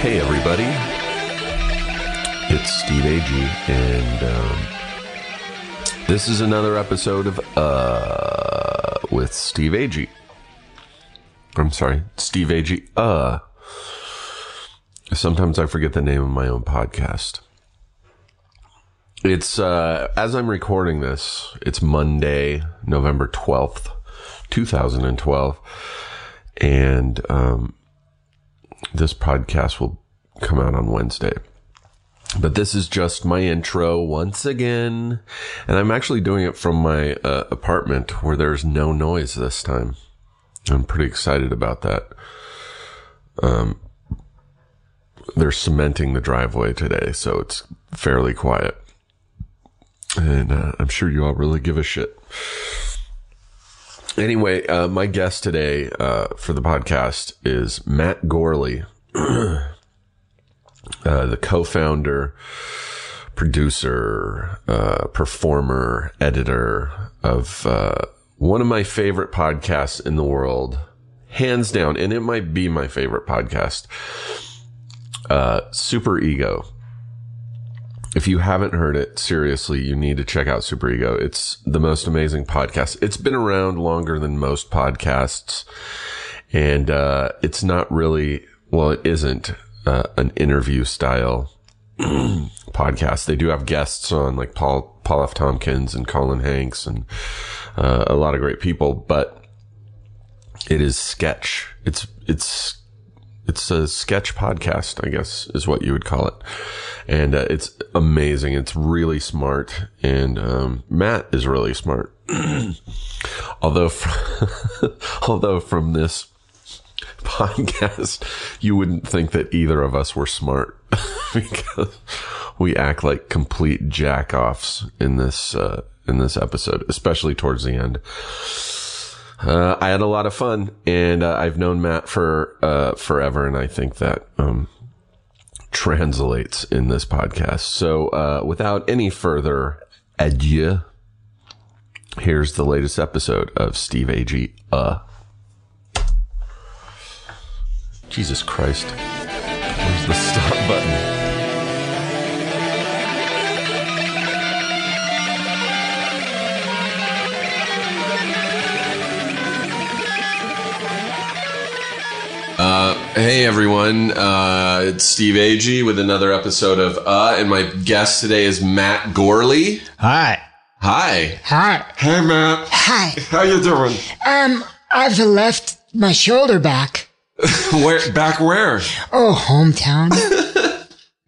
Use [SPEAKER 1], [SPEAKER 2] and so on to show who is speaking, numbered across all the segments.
[SPEAKER 1] Hey, everybody. It's Steve Agee, and um, this is another episode of Uh with Steve Agee. I'm sorry, Steve Agee. Uh. Sometimes I forget the name of my own podcast. It's, uh, as I'm recording this, it's Monday, November 12th, 2012. And, um, this podcast will come out on Wednesday. But this is just my intro once again. And I'm actually doing it from my uh, apartment where there's no noise this time. I'm pretty excited about that. Um, they're cementing the driveway today, so it's fairly quiet. And uh, I'm sure you all really give a shit. Anyway, uh, my guest today uh, for the podcast is Matt Gorley, uh, the co founder, producer, uh, performer, editor of uh, one of my favorite podcasts in the world, hands down, and it might be my favorite podcast, uh, Super Ego. If you haven't heard it, seriously, you need to check out Super Ego. It's the most amazing podcast. It's been around longer than most podcasts, and uh, it's not really, well, it isn't uh, an interview style podcast. They do have guests on, like Paul Paul F. Tompkins and Colin Hanks, and uh, a lot of great people. But it is sketch. It's it's it's a sketch podcast, I guess, is what you would call it. And uh, it's amazing. It's really smart. And um, Matt is really smart. although, fr although from this podcast, you wouldn't think that either of us were smart because we act like complete jack offs in this, uh, in this episode, especially towards the end. Uh, I had a lot of fun, and uh, I've known Matt for uh, forever, and I think that um, translates in this podcast. So, uh, without any further adieu, here's the latest episode of Steve Agee. Uh, Jesus Christ, where's the stop button? Uh, Hey everyone, uh, it's Steve Agee with another episode of Uh, and my guest today is Matt Gorley.
[SPEAKER 2] Hi.
[SPEAKER 1] Hi.
[SPEAKER 3] Hi.
[SPEAKER 1] Hey Matt,
[SPEAKER 3] Hi.
[SPEAKER 1] how you doing?
[SPEAKER 3] Um, I've left my shoulder back.
[SPEAKER 1] Where back where?
[SPEAKER 3] Oh, hometown.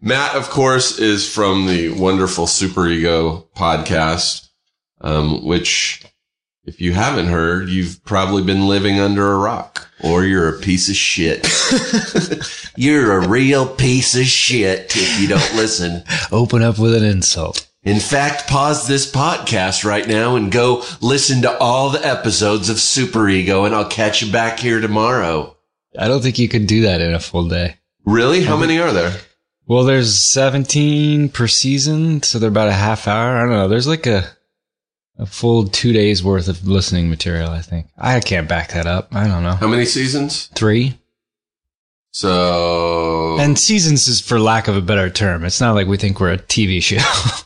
[SPEAKER 1] Matt, of course, is from the wonderful Super Ego podcast, um, which, if you haven't heard, you've probably been living under a rock or you're a piece of shit. you're a real piece of shit if you don't listen.
[SPEAKER 2] Open up with an insult.
[SPEAKER 1] In fact, pause this podcast right now and go listen to all the episodes of Super Ego, and I'll catch you back here tomorrow.
[SPEAKER 2] I don't think you can do that in a full day.
[SPEAKER 1] Really? How many are there?
[SPEAKER 2] Well, there's 17 per season, so they're about a half hour. I don't know. There's like a a full two days worth of listening material. I think I can't back that up. I don't know.
[SPEAKER 1] How many seasons?
[SPEAKER 2] Three
[SPEAKER 1] So.
[SPEAKER 2] and seasons is for lack of a better term. It's not like we think we're a TV show.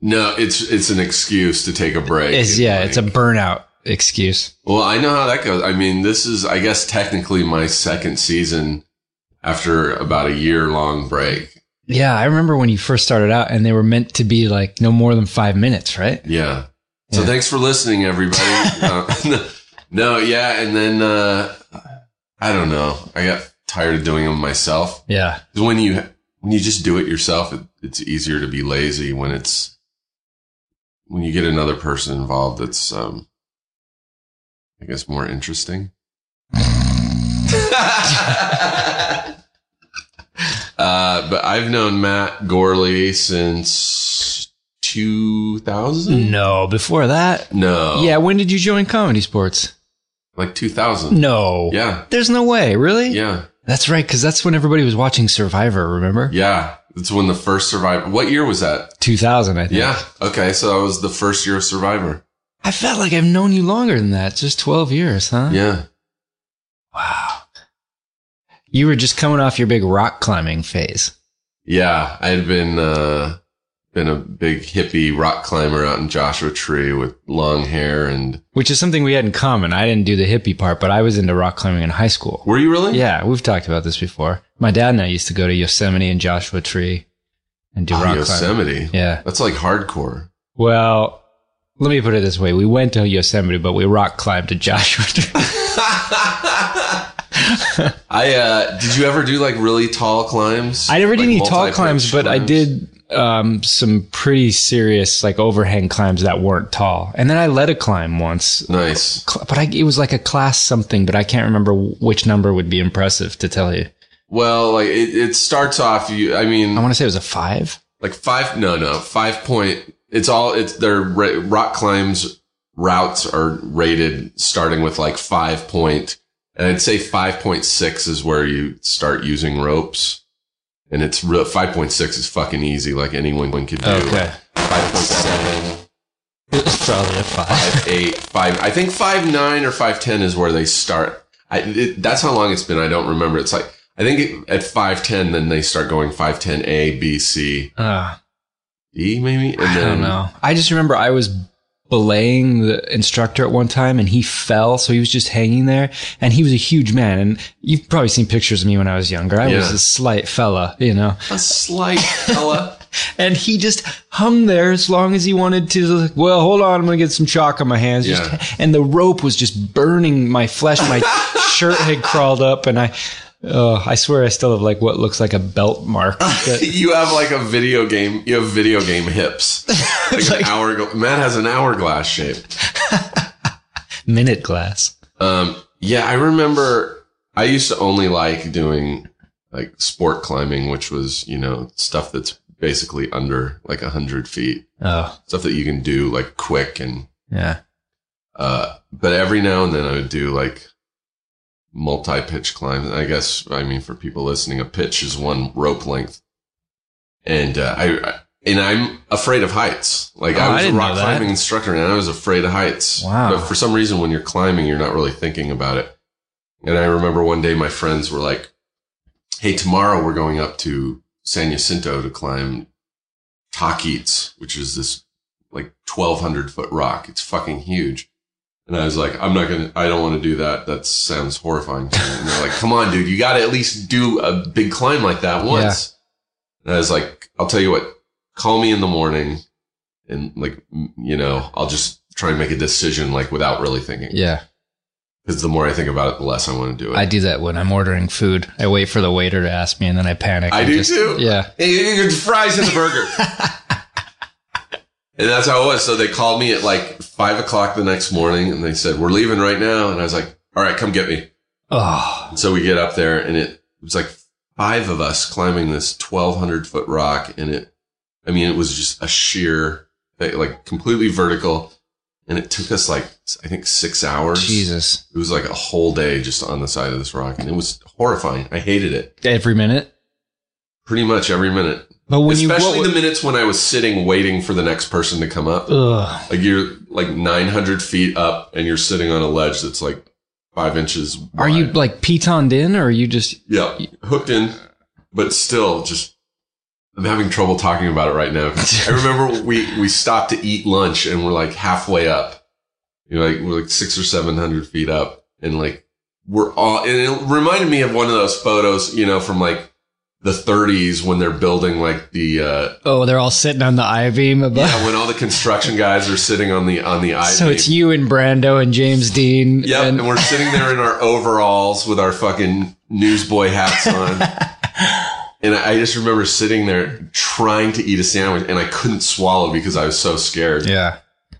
[SPEAKER 1] No, it's it's an excuse to take a break.
[SPEAKER 2] it's yeah,
[SPEAKER 1] Like-
[SPEAKER 2] it's a burnout excuse.
[SPEAKER 1] well, I know how that goes. I mean, this is I guess technically my second season after about a year long break.
[SPEAKER 2] Yeah, I remember when you first started out, and they were meant to be like no more than five minutes, right?
[SPEAKER 1] Yeah. So thanks for listening, everybody. Uh, no, yeah, and then uh, I don't know. I got tired of doing them myself.
[SPEAKER 2] Yeah,
[SPEAKER 1] 'Cause When you when you just do it yourself, it, it's easier to be lazy when it's when you get another person involved. That's um, I guess more interesting. uh, but I've known Matt Gorley since 2000.
[SPEAKER 2] No, before that.
[SPEAKER 1] No,
[SPEAKER 2] Yeah, when did you join Comedy Sports?
[SPEAKER 1] like 2000.
[SPEAKER 2] No.
[SPEAKER 1] Yeah,
[SPEAKER 2] There's no way, really?
[SPEAKER 1] yeah,
[SPEAKER 2] That's right, because that's when everybody was watching Survivor, remember?
[SPEAKER 1] yeah. That's when the first Survivor. What year was that?
[SPEAKER 2] 2000, I think.
[SPEAKER 1] Yeah. Okay. So that was the first year of Survivor.
[SPEAKER 2] I felt like I've known you longer than that, just 12 years, huh?
[SPEAKER 1] Yeah.
[SPEAKER 2] Wow. You were just coming off your big rock climbing phase.
[SPEAKER 1] Yeah. I had been, uh, been a big hippie rock climber out in Joshua Tree with long hair. And
[SPEAKER 2] Which is something we had in common. I didn't do the hippie part, but I was into rock climbing in high school.
[SPEAKER 1] were you really?
[SPEAKER 2] Yeah, we've talked about this before. My dad and I used to go to Yosemite and Joshua Tree and do
[SPEAKER 1] Oh,
[SPEAKER 2] rock climbing.
[SPEAKER 1] Yosemite.
[SPEAKER 2] Yeah.
[SPEAKER 1] That's like hardcore.
[SPEAKER 2] Well, let me put it this way: we went to Yosemite, but we rock climbed to Joshua Tree.
[SPEAKER 1] I, uh, did you ever do like really tall climbs?
[SPEAKER 2] I never did
[SPEAKER 1] Like
[SPEAKER 2] any tall
[SPEAKER 1] multi-pitch
[SPEAKER 2] climbs, but I
[SPEAKER 1] climbs?
[SPEAKER 2] did um, some pretty serious like overhang climbs that weren't tall. And then I led a climb once,
[SPEAKER 1] Nice.
[SPEAKER 2] Cl- but I, it was like a class something, but I can't remember which number would be impressive to tell you.
[SPEAKER 1] Well, like it, it starts off, you, I mean,
[SPEAKER 2] I want to say it was a five.
[SPEAKER 1] like five no no five point it's all it's their ra- rock climbs routes are rated starting with like five point and i'd say 5.6 is where you start using ropes and it's real 5.6 is fucking easy like anyone can do
[SPEAKER 2] Okay,
[SPEAKER 1] 5.7
[SPEAKER 2] it was probably a five.
[SPEAKER 1] 5.8 5 i think 5.9 or 5.10 is where they start I, it, that's how long it's been i don't remember it's like i think it, at 5.10 then they start going 5.10 a b c
[SPEAKER 2] Uh,
[SPEAKER 1] d maybe and
[SPEAKER 2] I
[SPEAKER 1] then
[SPEAKER 2] don't know. I just remember I was belaying the instructor at one time and he fell. So he was just hanging there and he was a huge man. And you've probably seen pictures of me when I was younger. I was
[SPEAKER 1] Yeah.
[SPEAKER 2] a slight fella, you know,
[SPEAKER 1] a slight fella.
[SPEAKER 2] and he just hung there as long as he wanted to. Like, well, hold on. I'm going to get some chalk on my hands.
[SPEAKER 1] Yeah.
[SPEAKER 2] Just, and the rope was just burning my flesh. My shirt had crawled up and I, oh, I swear I still have like what looks like a belt mark. that-
[SPEAKER 1] you have like a video game. You have video game hips. Like, an hour. Matt has an hourglass shape.
[SPEAKER 2] minute glass.
[SPEAKER 1] Um, yeah, I remember. I used to only like doing like sport climbing, which was you know stuff that's basically under like a hundred feet,
[SPEAKER 2] Oh,
[SPEAKER 1] stuff that you can do like quick and.
[SPEAKER 2] yeah.
[SPEAKER 1] Uh, but every now and then I would do like multi-pitch climbs. I guess I mean for people listening, a pitch is one rope length, and uh, I, I and I'm afraid of heights. Like
[SPEAKER 2] Oh, I
[SPEAKER 1] I was a
[SPEAKER 2] didn't know
[SPEAKER 1] rock
[SPEAKER 2] that.
[SPEAKER 1] climbing instructor, and I was afraid of heights.
[SPEAKER 2] Wow.
[SPEAKER 1] But for some reason, when you're climbing, you're not really thinking about it. And I remember one day my friends were like, "Hey, tomorrow we're going up to San Jacinto to climb Taquitos, which is this like 1200 foot rock. It's fucking huge. And I was like, I'm not going to, I don't want to do that. That sounds horrifying to me. And they're like, come on, dude, you got to at least do a big climb like that once. And I was like, I'll tell you what, call me in the morning and like, m- you know, I'll just try and make a decision like without really thinking.
[SPEAKER 2] Yeah.
[SPEAKER 1] Because the more I think about it, the less I want to do it.
[SPEAKER 2] I do that when I'm ordering food. I wait for the waiter to ask me, and then I panic.
[SPEAKER 1] I
[SPEAKER 2] and
[SPEAKER 1] do
[SPEAKER 2] just-
[SPEAKER 1] too.
[SPEAKER 2] Yeah.
[SPEAKER 1] Hey, you get the fries and the burger. and that's how it was. So they called me at like five o'clock the next morning and they said, We're leaving right now. And I was like, All right, come get me.
[SPEAKER 2] Oh,
[SPEAKER 1] And so we get up there and it was like five of us climbing this 1200 foot rock. And it, I mean, it was just a sheer, like completely vertical. And it took us like, I think six hours.
[SPEAKER 2] Jesus!
[SPEAKER 1] It was like a whole day just on the side of this rock. And it was horrifying. I hated it
[SPEAKER 2] Every minute.
[SPEAKER 1] pretty much every minute.
[SPEAKER 2] But when
[SPEAKER 1] Especially
[SPEAKER 2] you
[SPEAKER 1] the minutes when I was sitting waiting for the next person to come up.
[SPEAKER 2] Ugh.
[SPEAKER 1] Like you're like 900 feet up and you're sitting on a ledge that's like five inches.
[SPEAKER 2] Are you
[SPEAKER 1] wide.
[SPEAKER 2] like pitoned in, or are you just?
[SPEAKER 1] Yeah, hooked in, but still just. I'm having trouble talking about it right now. I remember we we stopped to eat lunch and we're like halfway up. You know, like we're like six or seven hundred feet up, and like we're all. And it reminded me of one of those photos, you know, from like the 30s when they're building like the. uh
[SPEAKER 2] Oh, they're all sitting on the I beam above.
[SPEAKER 1] Yeah, when all the construction guys are sitting on the on the I
[SPEAKER 2] so it's you and Brando and James Dean.
[SPEAKER 1] Yep, and,
[SPEAKER 2] and-
[SPEAKER 1] we're sitting there in our overalls with our fucking newsboy hats on. And I just remember sitting there trying to eat a sandwich and I couldn't swallow because I was so scared.
[SPEAKER 2] Yeah.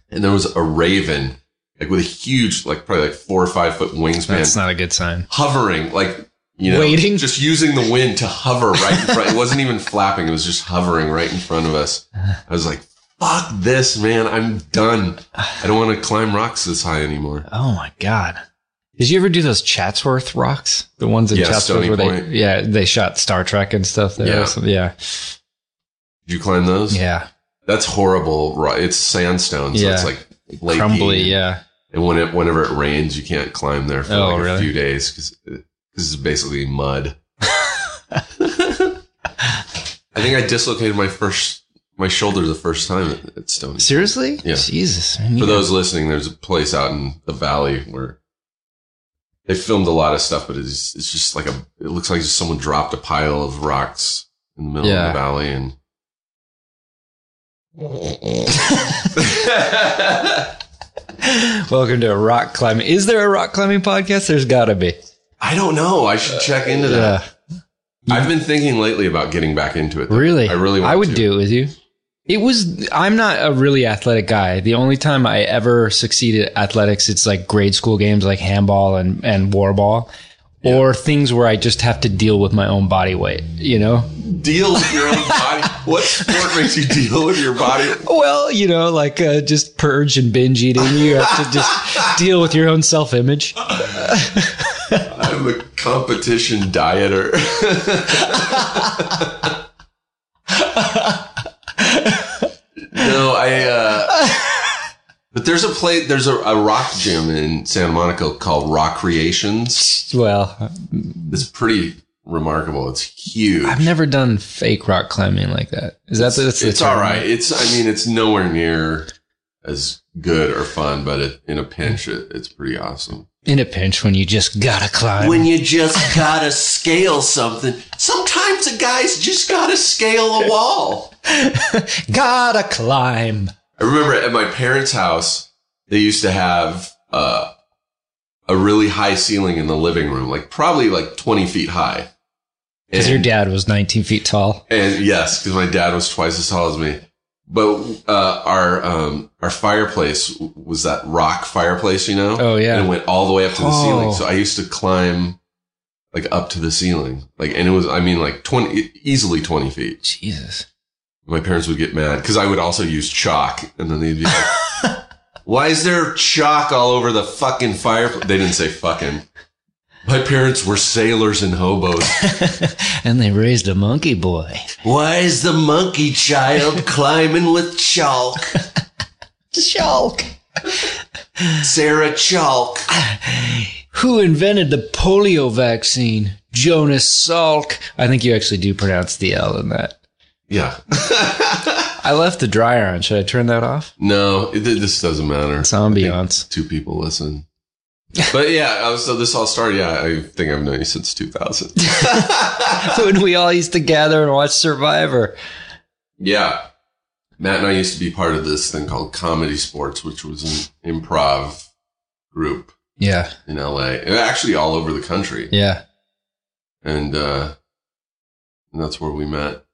[SPEAKER 1] And there was a raven, like with a huge, like probably like four or five foot wingspan,
[SPEAKER 2] That's not a good sign.
[SPEAKER 1] hovering, like, you know,
[SPEAKER 2] Waiting?
[SPEAKER 1] just using the wind to hover right in front. it wasn't even flapping. It was just hovering right in front of us. I was like, fuck this, man. I'm done. I don't want to climb rocks this high anymore.
[SPEAKER 2] Oh my god! Did you ever do those Chatsworth rocks? The ones in
[SPEAKER 1] Yeah,
[SPEAKER 2] Chatsworth
[SPEAKER 1] Stony
[SPEAKER 2] where
[SPEAKER 1] Point.
[SPEAKER 2] they yeah they shot Star Trek and stuff there.
[SPEAKER 1] Yeah.
[SPEAKER 2] Yeah, yeah,
[SPEAKER 1] Did you climb those?
[SPEAKER 2] yeah.
[SPEAKER 1] That's horrible. ro- It's sandstone. So
[SPEAKER 2] Yeah.
[SPEAKER 1] it's like, flaky.
[SPEAKER 2] crumbly. Yeah,
[SPEAKER 1] And when it, whenever it rains, you can't climb there for
[SPEAKER 2] Oh,
[SPEAKER 1] like a
[SPEAKER 2] really?
[SPEAKER 1] few days because it's basically mud. I think I dislocated my first my shoulder the first time at, at Stony.
[SPEAKER 2] seriously.
[SPEAKER 1] Yeah.
[SPEAKER 2] Jesus, man, you
[SPEAKER 1] For
[SPEAKER 2] got-
[SPEAKER 1] those listening, there's a place out in the valley where they filmed a lot of stuff, but it's it's just like a it looks like just someone dropped a pile of rocks in the middle
[SPEAKER 2] Yeah.
[SPEAKER 1] of the valley and.
[SPEAKER 2] Welcome to a rock climbing. Is there a rock climbing podcast? There's got to be.
[SPEAKER 1] I don't know. I should check into that.
[SPEAKER 2] Yeah,
[SPEAKER 1] I've been thinking lately about getting back into it. though.
[SPEAKER 2] really.
[SPEAKER 1] I really want
[SPEAKER 2] I would
[SPEAKER 1] to.
[SPEAKER 2] do it with you. It was. I'm not a really athletic guy. The only time I ever succeeded at athletics, it's like grade school games like handball and and war ball, or things where I just have to deal with my own body weight. You know.
[SPEAKER 1] Deal with your own body. What sport makes you deal with your body?
[SPEAKER 2] Well, you know, like uh, just purge and binge eating. You have to just deal with your own self image.
[SPEAKER 1] I'm a competition dieter. no, I. Uh, but there's a play. There's a, a rock gym in Santa Monica called Rock Creations.
[SPEAKER 2] Well,
[SPEAKER 1] It's pretty remarkable. It's huge.
[SPEAKER 2] I've never done fake rock climbing like that. Is that the, that's the
[SPEAKER 1] it's all
[SPEAKER 2] term,
[SPEAKER 1] right. It's. I mean, it's nowhere near as good or fun, but it, in a pinch, it, it's pretty awesome.
[SPEAKER 2] In a pinch, when you just gotta climb.
[SPEAKER 1] when you just gotta scale something. Sometimes a guy's just gotta scale a wall.
[SPEAKER 2] gotta climb.
[SPEAKER 1] I remember at my parents' house, they used to have uh, a really high ceiling in the living room, like probably like 20 feet high.
[SPEAKER 2] Because your
[SPEAKER 1] And-
[SPEAKER 2] dad was 19 feet tall.
[SPEAKER 1] and yes, because my dad was twice as tall as me. But uh, our um, our fireplace w- was that rock fireplace, you know.
[SPEAKER 2] Oh, yeah.
[SPEAKER 1] and it went all the way up to the
[SPEAKER 2] Oh.
[SPEAKER 1] ceiling. So I used to climb like up to the ceiling, like, and it was I mean like twenty e, easily twenty feet.
[SPEAKER 2] Jesus.
[SPEAKER 1] My parents would get mad because I would also use chalk, and then they'd be like, "Why is there chalk all over the fucking fireplace?" They didn't say fucking. My parents were sailors and hobos.
[SPEAKER 2] and they raised a monkey boy.
[SPEAKER 1] Why is the monkey child climbing with chalk?
[SPEAKER 2] Shulk.
[SPEAKER 1] Sarah Chalk.
[SPEAKER 2] Who invented the polio vaccine? Jonas Salk. I think you actually do pronounce the L in that.
[SPEAKER 1] Yeah.
[SPEAKER 2] I left the dryer on. Should I turn that off?
[SPEAKER 1] No, it, this doesn't matter.
[SPEAKER 2] It's ambiance.
[SPEAKER 1] Two people listen. But yeah, I was, so this all started. Yeah, I think I've known you since 2000.
[SPEAKER 2] when we all used to gather and watch Survivor.
[SPEAKER 1] Yeah. Matt and I used to be part of this thing called Comedy Sports, which was an improv group
[SPEAKER 2] Yeah,
[SPEAKER 1] in LA, and actually all over the country.
[SPEAKER 2] yeah.
[SPEAKER 1] And, uh, and that's where we met.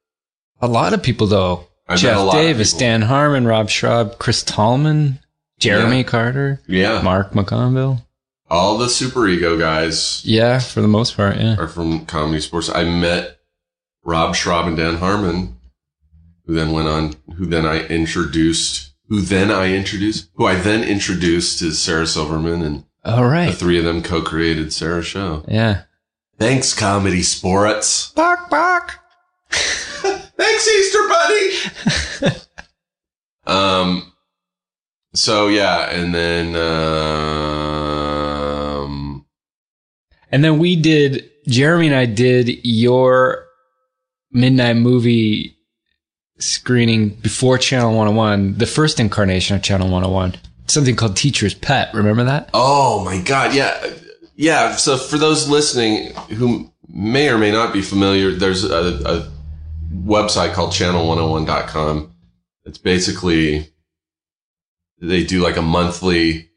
[SPEAKER 2] A lot of people though.
[SPEAKER 1] I met a
[SPEAKER 2] Jeff
[SPEAKER 1] lot of
[SPEAKER 2] Davis,
[SPEAKER 1] people.
[SPEAKER 2] Dan Harmon, Rob Schraub, Chris Tallman, Jeremy Carter,
[SPEAKER 1] Yeah.
[SPEAKER 2] Mark McConville.
[SPEAKER 1] all the super ego guys
[SPEAKER 2] Yeah, for the most part. Yeah.
[SPEAKER 1] are from comedy sports. I met Rob Schraub and Dan Harmon, who then went on, who then I introduced, who then I introduced, who I then introduced to Sarah Silverman, and
[SPEAKER 2] All
[SPEAKER 1] the
[SPEAKER 2] right.
[SPEAKER 1] three of them co-created Sarah's show.
[SPEAKER 2] Yeah.
[SPEAKER 1] Thanks, comedy sports.
[SPEAKER 2] Bark, bark.
[SPEAKER 1] Thanks, Easter Bunny. um. So yeah, and then um,
[SPEAKER 2] And then we did. Jeremy and I did your midnight movie screening before Channel 101, the first incarnation of Channel 101. Something called Teacher's Pet. Remember that?
[SPEAKER 1] Oh my God. Yeah. Yeah. So for those listening who may or may not be familiar, there's a, a website called channel101.com. It's basically, they do like a monthly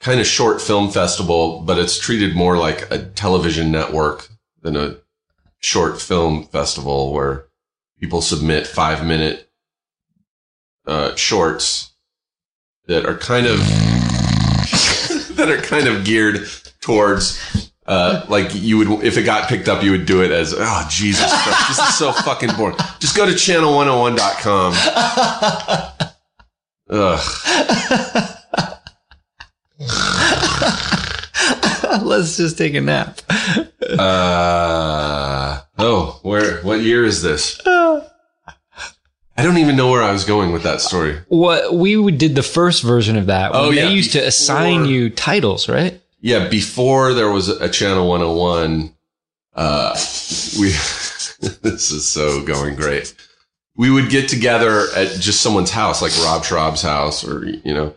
[SPEAKER 1] kind of short film festival, but it's treated more like a television network than a short film festival where people submit five minute uh, shorts that are kind of that are kind of geared towards uh, like you would if it got picked up you would do it as oh jesus Christ, this is so fucking boring just go to channel101.com ugh
[SPEAKER 2] Let's just take a nap.
[SPEAKER 1] uh, oh where what year is this i don't even know where i was going with that story
[SPEAKER 2] What we would- did the first version of that. when
[SPEAKER 1] Oh,
[SPEAKER 2] they
[SPEAKER 1] yeah,
[SPEAKER 2] used to
[SPEAKER 1] before-
[SPEAKER 2] assign you titles, right?
[SPEAKER 1] yeah before there was a channel 101 uh we this is so going great we would get together at just someone's house like rob schraub's house or you know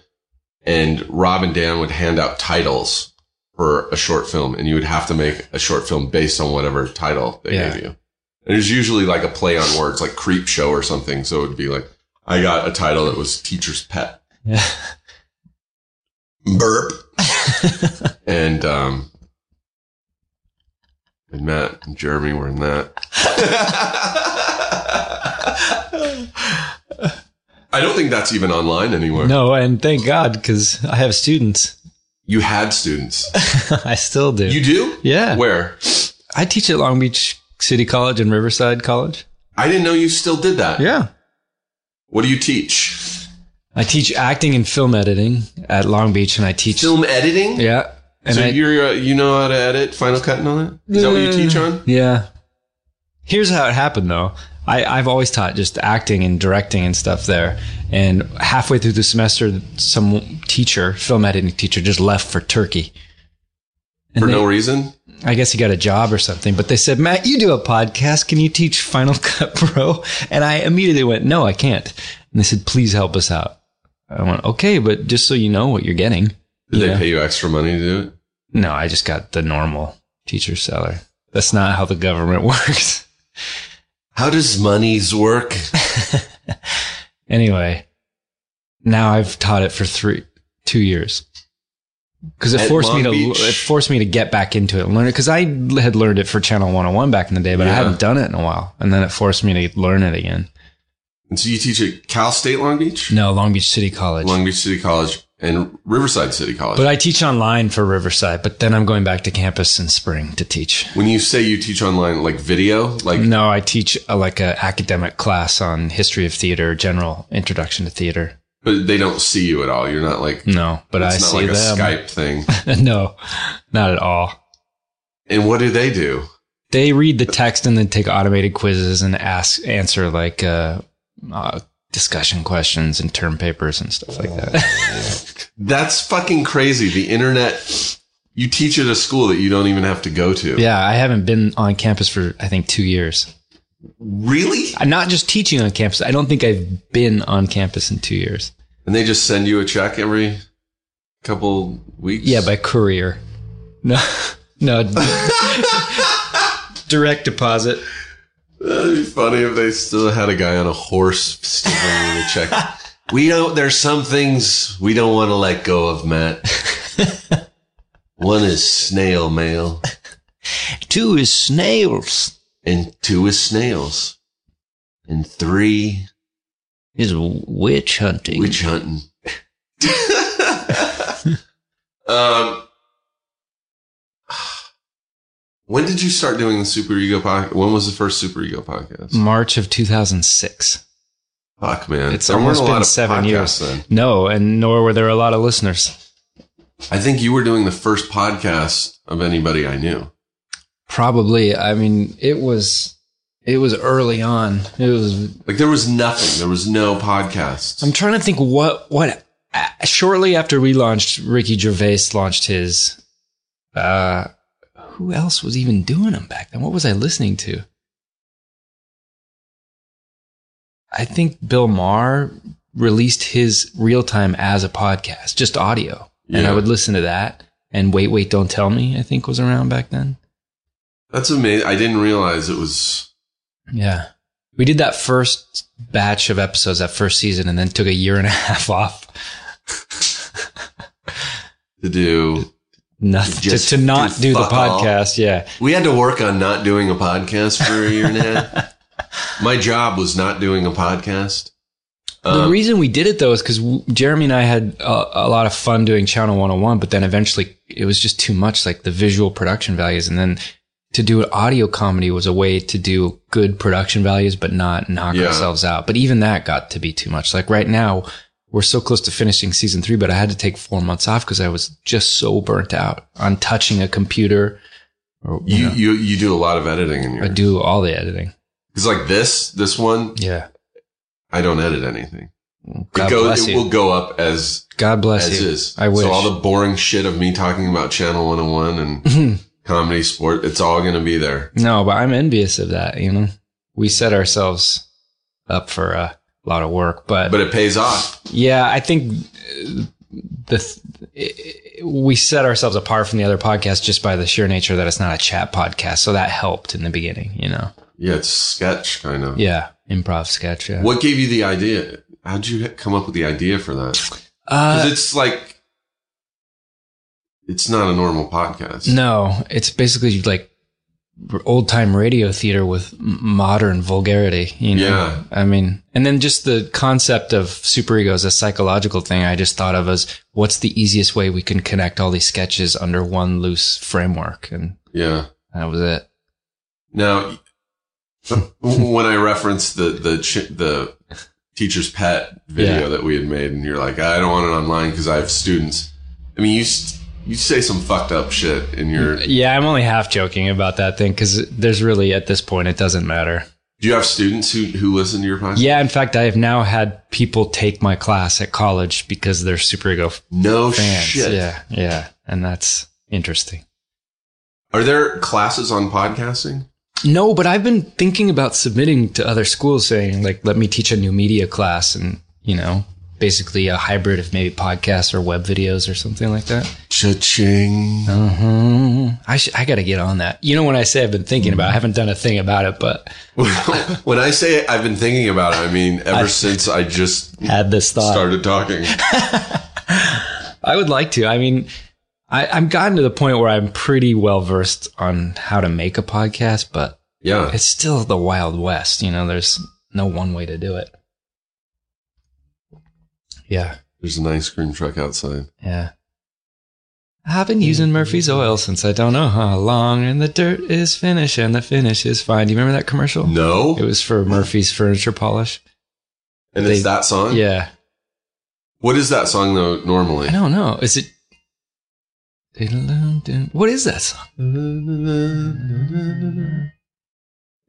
[SPEAKER 1] and rob and dan would hand out titles for a short film and you would have to make a short film based on whatever title they
[SPEAKER 2] Yeah.
[SPEAKER 1] gave you and it was usually like a play on words like creep show or something so it would be like i got a title that was teacher's pet
[SPEAKER 2] Yeah.
[SPEAKER 1] burp. and um, and Matt and Jeremy were in that. I don't think that's even online anywhere.
[SPEAKER 2] No, and thank God because I have students.
[SPEAKER 1] You had students.
[SPEAKER 2] I still do.
[SPEAKER 1] You do?
[SPEAKER 2] Yeah.
[SPEAKER 1] Where?
[SPEAKER 2] I teach at Long Beach City College and Riverside College.
[SPEAKER 1] I didn't know you still did that.
[SPEAKER 2] Yeah.
[SPEAKER 1] What do you teach?
[SPEAKER 2] I teach acting and film editing at Long Beach, and I teach.
[SPEAKER 1] Film editing?
[SPEAKER 2] Yeah. And
[SPEAKER 1] so
[SPEAKER 2] I,
[SPEAKER 1] you're uh, you know how to edit Final Cut and all that? Is that what you teach on?
[SPEAKER 2] Yeah. Here's how it happened though. I, I've always taught just acting and directing and stuff there. And halfway through the semester, some teacher, film editing teacher, just left for Turkey. And
[SPEAKER 1] For
[SPEAKER 2] they-
[SPEAKER 1] no reason?
[SPEAKER 2] I guess he got a job or something, but they said, Matt, you do a podcast. Can you teach Final Cut Pro? And I immediately went, no, I can't. And they said, please help us out. I went, okay, but just so you know what you're getting.
[SPEAKER 1] Did
[SPEAKER 2] Yeah.
[SPEAKER 1] they pay you extra money to do it?
[SPEAKER 2] No, I just got the normal teacher salary. That's not how the government works.
[SPEAKER 1] How does monies work?
[SPEAKER 2] Anyway, now I've taught it for three, two years. Because it
[SPEAKER 1] At
[SPEAKER 2] forced me
[SPEAKER 1] Long
[SPEAKER 2] to
[SPEAKER 1] Beach?
[SPEAKER 2] it forced me to get back into it and learn it. Because I had learned it for Channel 101 back in the day, but I
[SPEAKER 1] Yeah.
[SPEAKER 2] hadn't done it in a while. And then it forced me to learn it again.
[SPEAKER 1] And so you teach at Cal State Long Beach?
[SPEAKER 2] No, Long Beach City College.
[SPEAKER 1] Long Beach City College and Riverside City College.
[SPEAKER 2] but I teach online for Riverside. But then I'm going back to campus in spring to teach.
[SPEAKER 1] when you say you teach online, like video, like
[SPEAKER 2] No, I teach a, like a academic class on history of theater, general introduction to theater.
[SPEAKER 1] but they don't see you at all. You're not like
[SPEAKER 2] No, but I
[SPEAKER 1] it's
[SPEAKER 2] see
[SPEAKER 1] not like
[SPEAKER 2] them.
[SPEAKER 1] a Skype thing.
[SPEAKER 2] no, not at all.
[SPEAKER 1] and what do they do?
[SPEAKER 2] they read the text and then take automated quizzes and ask answer like uh, uh, discussion questions and term papers and stuff like that.
[SPEAKER 1] That's fucking crazy. The internet. You teach at a school that you don't even have to go to.
[SPEAKER 2] yeah, I haven't been on campus for I think two years.
[SPEAKER 1] Really?
[SPEAKER 2] I'm not just teaching on campus. I don't think I've been on campus in two years.
[SPEAKER 1] And they just send you a check every couple weeks.
[SPEAKER 2] Yeah, by courier. No, no. Direct deposit.
[SPEAKER 1] That'd be funny if they still had a guy on a horse stealing the check. We don't. There's some things we don't want to let go of, Matt. One is snail mail,
[SPEAKER 2] Two is snails.
[SPEAKER 1] and two is snails, and three
[SPEAKER 2] Is witch hunting.
[SPEAKER 1] witch hunting. um, when did you start doing the Super Ego podcast? When was the first Super Ego podcast?
[SPEAKER 2] March of 2006.
[SPEAKER 1] Fuck, man,
[SPEAKER 2] It's
[SPEAKER 1] There weren't
[SPEAKER 2] almost
[SPEAKER 1] a lot
[SPEAKER 2] been
[SPEAKER 1] of
[SPEAKER 2] seven
[SPEAKER 1] podcasts
[SPEAKER 2] years.
[SPEAKER 1] then.
[SPEAKER 2] No, and nor were there a lot of listeners.
[SPEAKER 1] I think you were doing the first podcast of anybody I knew.
[SPEAKER 2] Probably. I mean, it was it was early on. It was.
[SPEAKER 1] Like there was nothing. There was no podcast.
[SPEAKER 2] I'm trying to think what what a- shortly after we launched, Ricky Gervais launched his. Uh, who else was even doing them back then? What was I listening to? I think Bill Maher released his real time as a podcast, just audio, and
[SPEAKER 1] Yeah.
[SPEAKER 2] I would listen to that. And wait, wait, don't tell me. I think was around back then.
[SPEAKER 1] That's amazing. I didn't realize it was.
[SPEAKER 2] Yeah. We did that first batch of episodes, that first season, and then took a year and a half off.
[SPEAKER 1] to do
[SPEAKER 2] nothing to,
[SPEAKER 1] Just
[SPEAKER 2] to not
[SPEAKER 1] do
[SPEAKER 2] do, the
[SPEAKER 1] fuck all.
[SPEAKER 2] podcast. Yeah.
[SPEAKER 1] We had to work on not doing a podcast for a year and a half. My job was not doing a podcast.
[SPEAKER 2] the
[SPEAKER 1] Um,
[SPEAKER 2] reason we did it though is because Jeremy and I had a, a lot of fun doing Channel 101, but then eventually it was just too much, like the visual production values. And then to do an audio comedy was a way to do good production values, but not knock
[SPEAKER 1] Yeah.
[SPEAKER 2] ourselves out. But even that got to be too much. Like right now, we're so close to finishing season three, but I had to take four months off because I was just so burnt out on touching a computer. Or, you
[SPEAKER 1] you,
[SPEAKER 2] know,
[SPEAKER 1] you you do a lot of editing in your
[SPEAKER 2] I do all the editing.
[SPEAKER 1] because like this this one
[SPEAKER 2] Yeah.
[SPEAKER 1] I don't edit anything.
[SPEAKER 2] God
[SPEAKER 1] it goes
[SPEAKER 2] bless
[SPEAKER 1] it
[SPEAKER 2] you.
[SPEAKER 1] will go up as
[SPEAKER 2] God bless
[SPEAKER 1] as
[SPEAKER 2] you.
[SPEAKER 1] is.
[SPEAKER 2] I wish.
[SPEAKER 1] So all the boring shit of me talking about Channel 101 and comedy sport, it's all going to be there.
[SPEAKER 2] No, but I'm envious of that. You know, we set ourselves up for a lot of work, but,
[SPEAKER 1] But it pays off.
[SPEAKER 2] yeah, I think uh, the th- i- i- we set ourselves apart from the other podcasts just by the sheer nature that it's not a chat podcast, so that helped in the beginning. You know,
[SPEAKER 1] Yeah, it's sketch kind of.
[SPEAKER 2] yeah, improv sketch. Yeah,
[SPEAKER 1] What gave you the idea? How'd you come up with the idea for that? 'Cause
[SPEAKER 2] Uh,
[SPEAKER 1] it's like it's not a normal podcast.
[SPEAKER 2] no, it's basically like old time radio theater with m- modern vulgarity. You know,
[SPEAKER 1] Yeah.
[SPEAKER 2] I mean, and then just the concept of superego as a psychological thing, I just thought of as what's the easiest way we can connect all these sketches under one loose framework. And
[SPEAKER 1] Yeah.
[SPEAKER 2] that was it.
[SPEAKER 1] Now, when I referenced the the chi- the teacher's pet video
[SPEAKER 2] Yeah.
[SPEAKER 1] that we had made, and you're like, I don't want it online because I have students. I mean, you s- you say some fucked up shit in your. Do
[SPEAKER 2] Yeah, I'm only half joking about that thing because there's really, at this point, it doesn't matter.
[SPEAKER 1] you have students who who listen to your podcast?
[SPEAKER 2] Yeah, in fact, I have now had people take my class at college because they're superego
[SPEAKER 1] No
[SPEAKER 2] fans.
[SPEAKER 1] shit.
[SPEAKER 2] Yeah, yeah. And that's interesting.
[SPEAKER 1] Are there classes on podcasting?
[SPEAKER 2] No, but I've been thinking about submitting to other schools saying, like, let me teach a new media class and, you know, basically a hybrid of maybe podcasts or web videos or something like that.
[SPEAKER 1] Cha-ching.
[SPEAKER 2] Uh-huh. I, sh- I got to get on that. You know, when I say I've been thinking about it, I haven't done a thing about it, but
[SPEAKER 1] when I say I've been thinking about it, I mean ever since I just
[SPEAKER 2] had this thought.
[SPEAKER 1] started talking.
[SPEAKER 2] I would like to. I mean, I, I'm gotten to the point where I'm pretty well versed on how to make a podcast, but
[SPEAKER 1] Yeah.
[SPEAKER 2] it's still the Wild West. You know, there's no one way to do it. Yeah.
[SPEAKER 1] There's an ice cream truck outside.
[SPEAKER 2] Yeah. I've been using Murphy's oil since I don't know how long, and the dirt is finished, and the finish is fine. Do you remember that commercial?
[SPEAKER 1] No.
[SPEAKER 2] It was for Murphy's furniture polish.
[SPEAKER 1] And
[SPEAKER 2] they-
[SPEAKER 1] it's that song?
[SPEAKER 2] Yeah.
[SPEAKER 1] What is that song though normally?
[SPEAKER 2] I don't know. Is it. What is that song?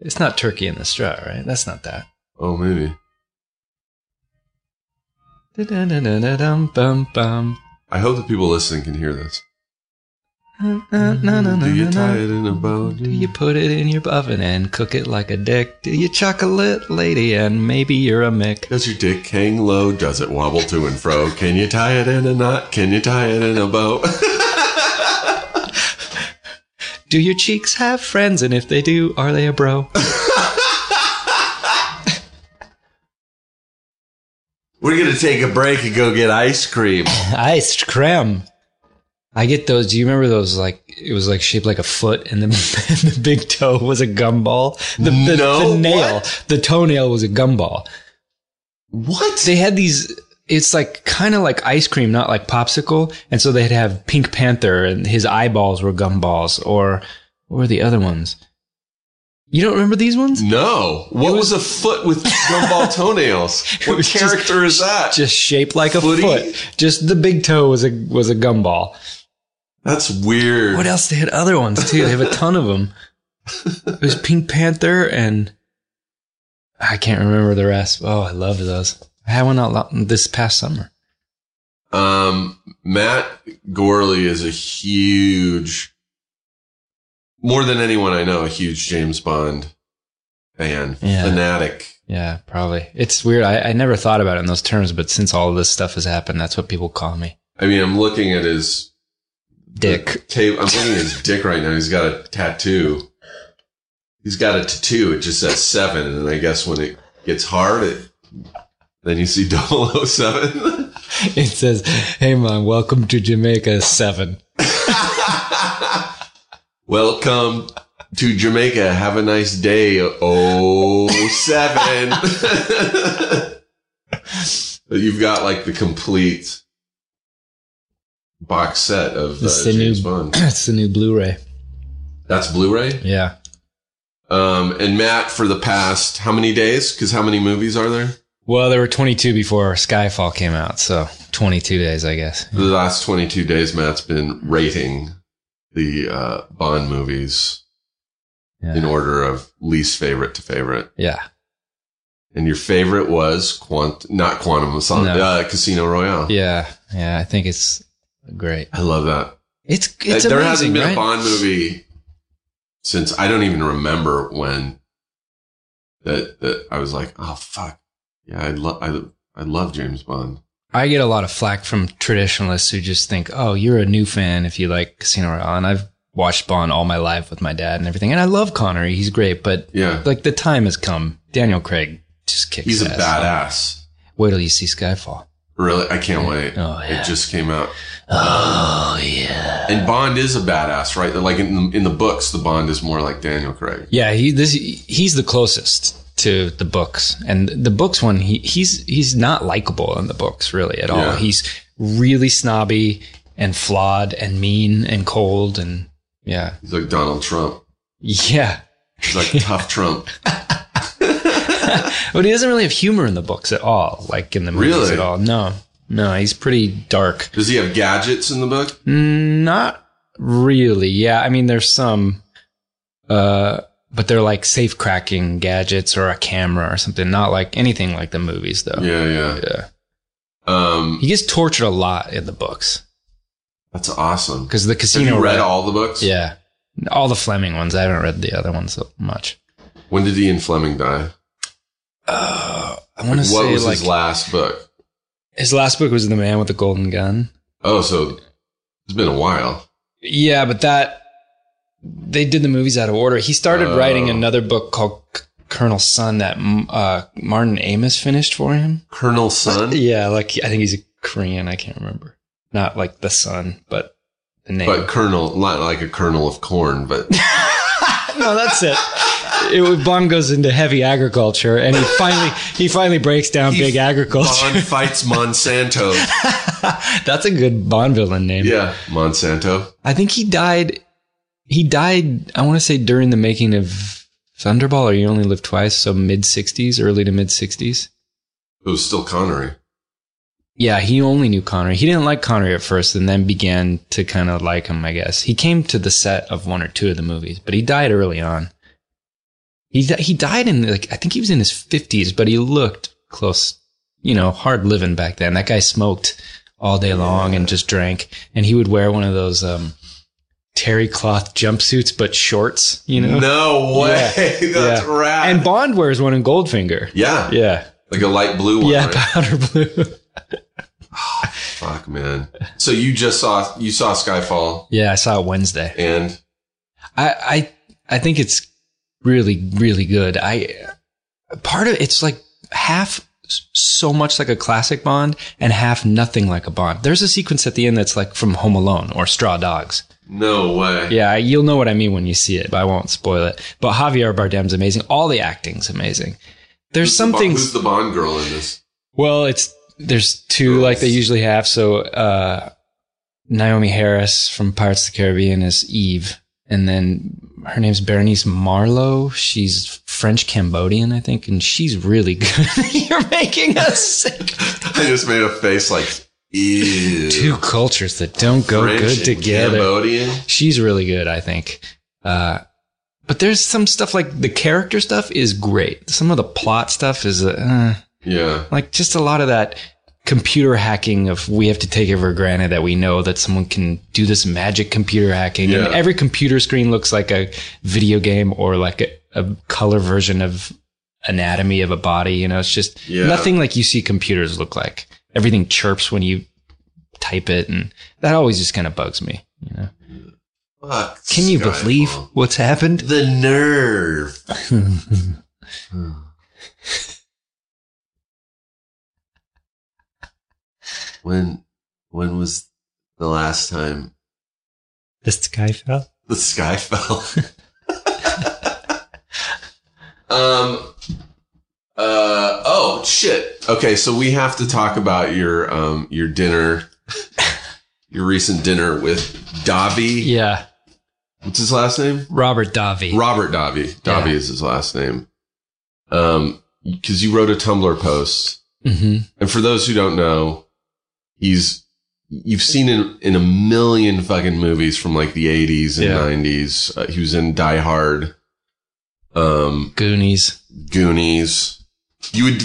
[SPEAKER 2] It's not Turkey in the Straw, right? That's not that.
[SPEAKER 1] Oh, maybe.
[SPEAKER 2] Da-da-da-da-dum, bum, bum.
[SPEAKER 1] I hope the people listening can hear this.
[SPEAKER 2] Do
[SPEAKER 1] Do you tie it in a bow?
[SPEAKER 2] Do you put it in your oven and cook it like a dick? Do you chocolate lady and maybe you're a mick?
[SPEAKER 1] Does your dick hang low? Does it wobble to and fro? Can you tie it in a knot? Can you tie it in a bow?
[SPEAKER 2] Do your cheeks have friends? And if they do, are they a bro?
[SPEAKER 1] We're gonna take a break and go get ice cream.
[SPEAKER 2] Iced creme. I get those. Do you remember those? Like it was like shaped like a foot, and the, and the big toe was a gumball. The, the,
[SPEAKER 1] No,
[SPEAKER 2] the nail,
[SPEAKER 1] what?
[SPEAKER 2] the toenail was a gumball.
[SPEAKER 1] What?
[SPEAKER 2] They had these. It's like kind of like ice cream, not like popsicle. And so they'd have Pink Panther, and his eyeballs were gumballs, or what were the other ones? You don't remember these ones?
[SPEAKER 1] No. What was, a foot with gumball toenails?
[SPEAKER 2] It
[SPEAKER 1] What
[SPEAKER 2] was just-
[SPEAKER 1] character is that?
[SPEAKER 2] Just shaped like a
[SPEAKER 1] Footy?
[SPEAKER 2] foot. Just the big toe was a was a gumball.
[SPEAKER 1] That's weird.
[SPEAKER 2] What else? They had other ones too. They have a ton of them. It was Pink Panther and I can't remember the rest. Oh, I loved those. I had one out lo- this past summer.
[SPEAKER 1] Um, Matt Gorley is a huge, more than anyone I know, a huge James Bond fan,
[SPEAKER 2] Yeah.
[SPEAKER 1] fanatic.
[SPEAKER 2] Yeah, probably. It's weird. I, I never thought about it in those terms, but since all this stuff has happened, that's what people call me.
[SPEAKER 1] I mean, I'm looking at his
[SPEAKER 2] Dick.
[SPEAKER 1] tape. I'm looking at his dick right now. He's got a tattoo. He's got a tattoo. It just says seven, and I guess when it gets hard, it then you see 007.
[SPEAKER 2] It says, Hey, mom, welcome to Jamaica 7.
[SPEAKER 1] Welcome to Jamaica. Have a nice day. Oh, seven. But You've got like the complete box set of uh,
[SPEAKER 2] It's the
[SPEAKER 1] James
[SPEAKER 2] new.
[SPEAKER 1] Bond.
[SPEAKER 2] It's the new Blu-ray.
[SPEAKER 1] That's Blu-ray.
[SPEAKER 2] Yeah,
[SPEAKER 1] Um, and Matt, for the past how many days? Because how many movies are there?
[SPEAKER 2] Well, there were 22 before Skyfall came out, so 22 days, I guess.
[SPEAKER 1] The last 22 days, Matt's been rating the uh, Bond movies
[SPEAKER 2] Yeah.
[SPEAKER 1] in order of least favorite to favorite.
[SPEAKER 2] yeah.
[SPEAKER 1] And your favorite was Quant, not Quantum of Solace,
[SPEAKER 2] No.
[SPEAKER 1] uh, Casino Royale.
[SPEAKER 2] Yeah. Yeah. I think it's great.
[SPEAKER 1] I love that.
[SPEAKER 2] It's it's
[SPEAKER 1] Uh, there hasn't
[SPEAKER 2] amazing,
[SPEAKER 1] been
[SPEAKER 2] right?
[SPEAKER 1] a Bond movie since I don't even remember when that that I was like, oh fuck, yeah, I love I I love James Bond.
[SPEAKER 2] I get a lot of flack from traditionalists who just think, "Oh, you're a new fan if you like Casino Royale." And I've watched Bond all my life with my dad and everything, and I love Connery. He's great, but
[SPEAKER 1] Yeah,
[SPEAKER 2] like the time has come. Daniel Craig just kicks.
[SPEAKER 1] he's a
[SPEAKER 2] ass.
[SPEAKER 1] badass.
[SPEAKER 2] Wait till you see Skyfall.
[SPEAKER 1] Really, I can't wait.
[SPEAKER 2] Oh, yeah.
[SPEAKER 1] It just came out,
[SPEAKER 2] Oh yeah.
[SPEAKER 1] and Bond is a badass, right? Like in the, in the books, the Bond is more like Daniel Craig.
[SPEAKER 2] Yeah, he this he's the closest to the books, and the books one he he's he's not likable in the books really at all.
[SPEAKER 1] Yeah.
[SPEAKER 2] He's really snobby and flawed and mean and cold and yeah
[SPEAKER 1] He's like Donald Trump.
[SPEAKER 2] yeah.
[SPEAKER 1] He's like tough Trump.
[SPEAKER 2] But he doesn't really have humor in the books at all, like in the movies
[SPEAKER 1] Really?
[SPEAKER 2] at all. No, no, he's pretty dark.
[SPEAKER 1] Does he have gadgets in the book?
[SPEAKER 2] Not really. Yeah, I mean, there's some, uh, but they're like safe cracking gadgets or a camera or something. Not like anything like the movies, though.
[SPEAKER 1] Yeah, yeah.
[SPEAKER 2] Yeah.
[SPEAKER 1] Um,
[SPEAKER 2] He gets tortured a lot in the books
[SPEAKER 1] that's awesome.
[SPEAKER 2] because the
[SPEAKER 1] Have
[SPEAKER 2] casino.
[SPEAKER 1] you read
[SPEAKER 2] Royale-
[SPEAKER 1] all the books?
[SPEAKER 2] Yeah, all the Fleming ones. I haven't read the other ones so much.
[SPEAKER 1] When did Ian Fleming die?
[SPEAKER 2] Uh, I
[SPEAKER 1] Like,
[SPEAKER 2] want to
[SPEAKER 1] what
[SPEAKER 2] say
[SPEAKER 1] was
[SPEAKER 2] like
[SPEAKER 1] his last book?
[SPEAKER 2] his last book was The Man with the Golden Gun.
[SPEAKER 1] Oh, so it's been a while.
[SPEAKER 2] Yeah, but that they did the movies out of order. He started
[SPEAKER 1] Oh.
[SPEAKER 2] writing another book called C- Colonel Sun that mm, uh, Martin Amis finished for him.
[SPEAKER 1] Colonel Sun,
[SPEAKER 2] Yeah, like I think he's a Korean. I can't remember. Not like the son, but the name.
[SPEAKER 1] but Colonel, not like a kernel of corn, but
[SPEAKER 2] no, that's it. It was- Bond goes into heavy agriculture, and he finally he finally breaks down
[SPEAKER 1] He
[SPEAKER 2] big agriculture.
[SPEAKER 1] Bond fights Monsanto.
[SPEAKER 2] that's a good Bond villain name.
[SPEAKER 1] yeah, Monsanto.
[SPEAKER 2] I think he died. He died. I want to say during the making of Thunderball, or You Only Live Twice. So mid sixties, early to mid sixties.
[SPEAKER 1] It was still Connery.
[SPEAKER 2] Yeah, he only knew Connery. He didn't like Connery at first, and then began to kind of like him. I guess he came to the set of one or two of the movies, but he died early on. He di- he died in like I think he was in his fifties, but he looked close. You know, hard living back then. That guy smoked all day long and just drank, and he would wear one of those um, terry cloth jumpsuits but shorts. You know,
[SPEAKER 1] No way. That's
[SPEAKER 2] Yeah.
[SPEAKER 1] rad.
[SPEAKER 2] and Bond wears one in Goldfinger.
[SPEAKER 1] yeah,
[SPEAKER 2] Yeah,
[SPEAKER 1] like a light blue one.
[SPEAKER 2] yeah,
[SPEAKER 1] right?
[SPEAKER 2] powder blue.
[SPEAKER 1] Fuck, man. So you just saw you saw Skyfall
[SPEAKER 2] yeah, I saw it Wednesday.
[SPEAKER 1] and
[SPEAKER 2] I I I think it's really really good. I part of it's like half s- so much like a classic Bond and half nothing like a Bond. There's a sequence at the end that's like from Home Alone or Straw Dogs.
[SPEAKER 1] no way.
[SPEAKER 2] Yeah, I- you'll know what I mean when you see it, but I won't spoil it. But Javier Bardem's amazing. All the acting's amazing. There's
[SPEAKER 1] Who's
[SPEAKER 2] some
[SPEAKER 1] the Bond-
[SPEAKER 2] things
[SPEAKER 1] Who's the Bond girl in this?
[SPEAKER 2] well, it's there's two like they usually have. So uh, Naomi Harris from Pirates of the Caribbean is Eve, and then her name's Berenice Marlowe. She's French Cambodian, I think, and she's really good. You're making us sick.
[SPEAKER 1] I just made a face like ew.
[SPEAKER 2] Two cultures that don't go
[SPEAKER 1] French
[SPEAKER 2] good
[SPEAKER 1] and
[SPEAKER 2] together.
[SPEAKER 1] Cambodian.
[SPEAKER 2] She's really good, I think. Uh, but there's some stuff like the character stuff is great. Some of the plot stuff is uh,
[SPEAKER 1] Yeah.
[SPEAKER 2] like just a lot of that computer hacking of we have to take it for granted that we know that someone can do this magic computer hacking
[SPEAKER 1] Yeah.
[SPEAKER 2] and every computer screen looks like a video game or like a, a color version of anatomy of a body you know it's just
[SPEAKER 1] Yeah.
[SPEAKER 2] nothing like you see computers look like everything chirps when you type it and that always just kind of bugs me you know
[SPEAKER 1] Fuck.
[SPEAKER 2] can you
[SPEAKER 1] Skyfall.
[SPEAKER 2] believe what's happened
[SPEAKER 1] the nerve? Hmm. when when was the last time
[SPEAKER 2] The sky fell.
[SPEAKER 1] The sky fell. um. Uh. Oh shit. Okay, so we have to talk about your um your dinner, your recent dinner with Davi.
[SPEAKER 2] Yeah.
[SPEAKER 1] What's his last name?
[SPEAKER 2] Robert Davi.
[SPEAKER 1] Robert Davi. Davi
[SPEAKER 2] Yeah.
[SPEAKER 1] is his last name. Um, because you wrote a Tumblr post,
[SPEAKER 2] hmm
[SPEAKER 1] and for those who don't know, he's you've seen him in a million fucking movies from like the '80s and
[SPEAKER 2] Yeah.
[SPEAKER 1] '90s. Uh, he was in Die Hard, um,
[SPEAKER 2] Goonies.
[SPEAKER 1] Goonies. You would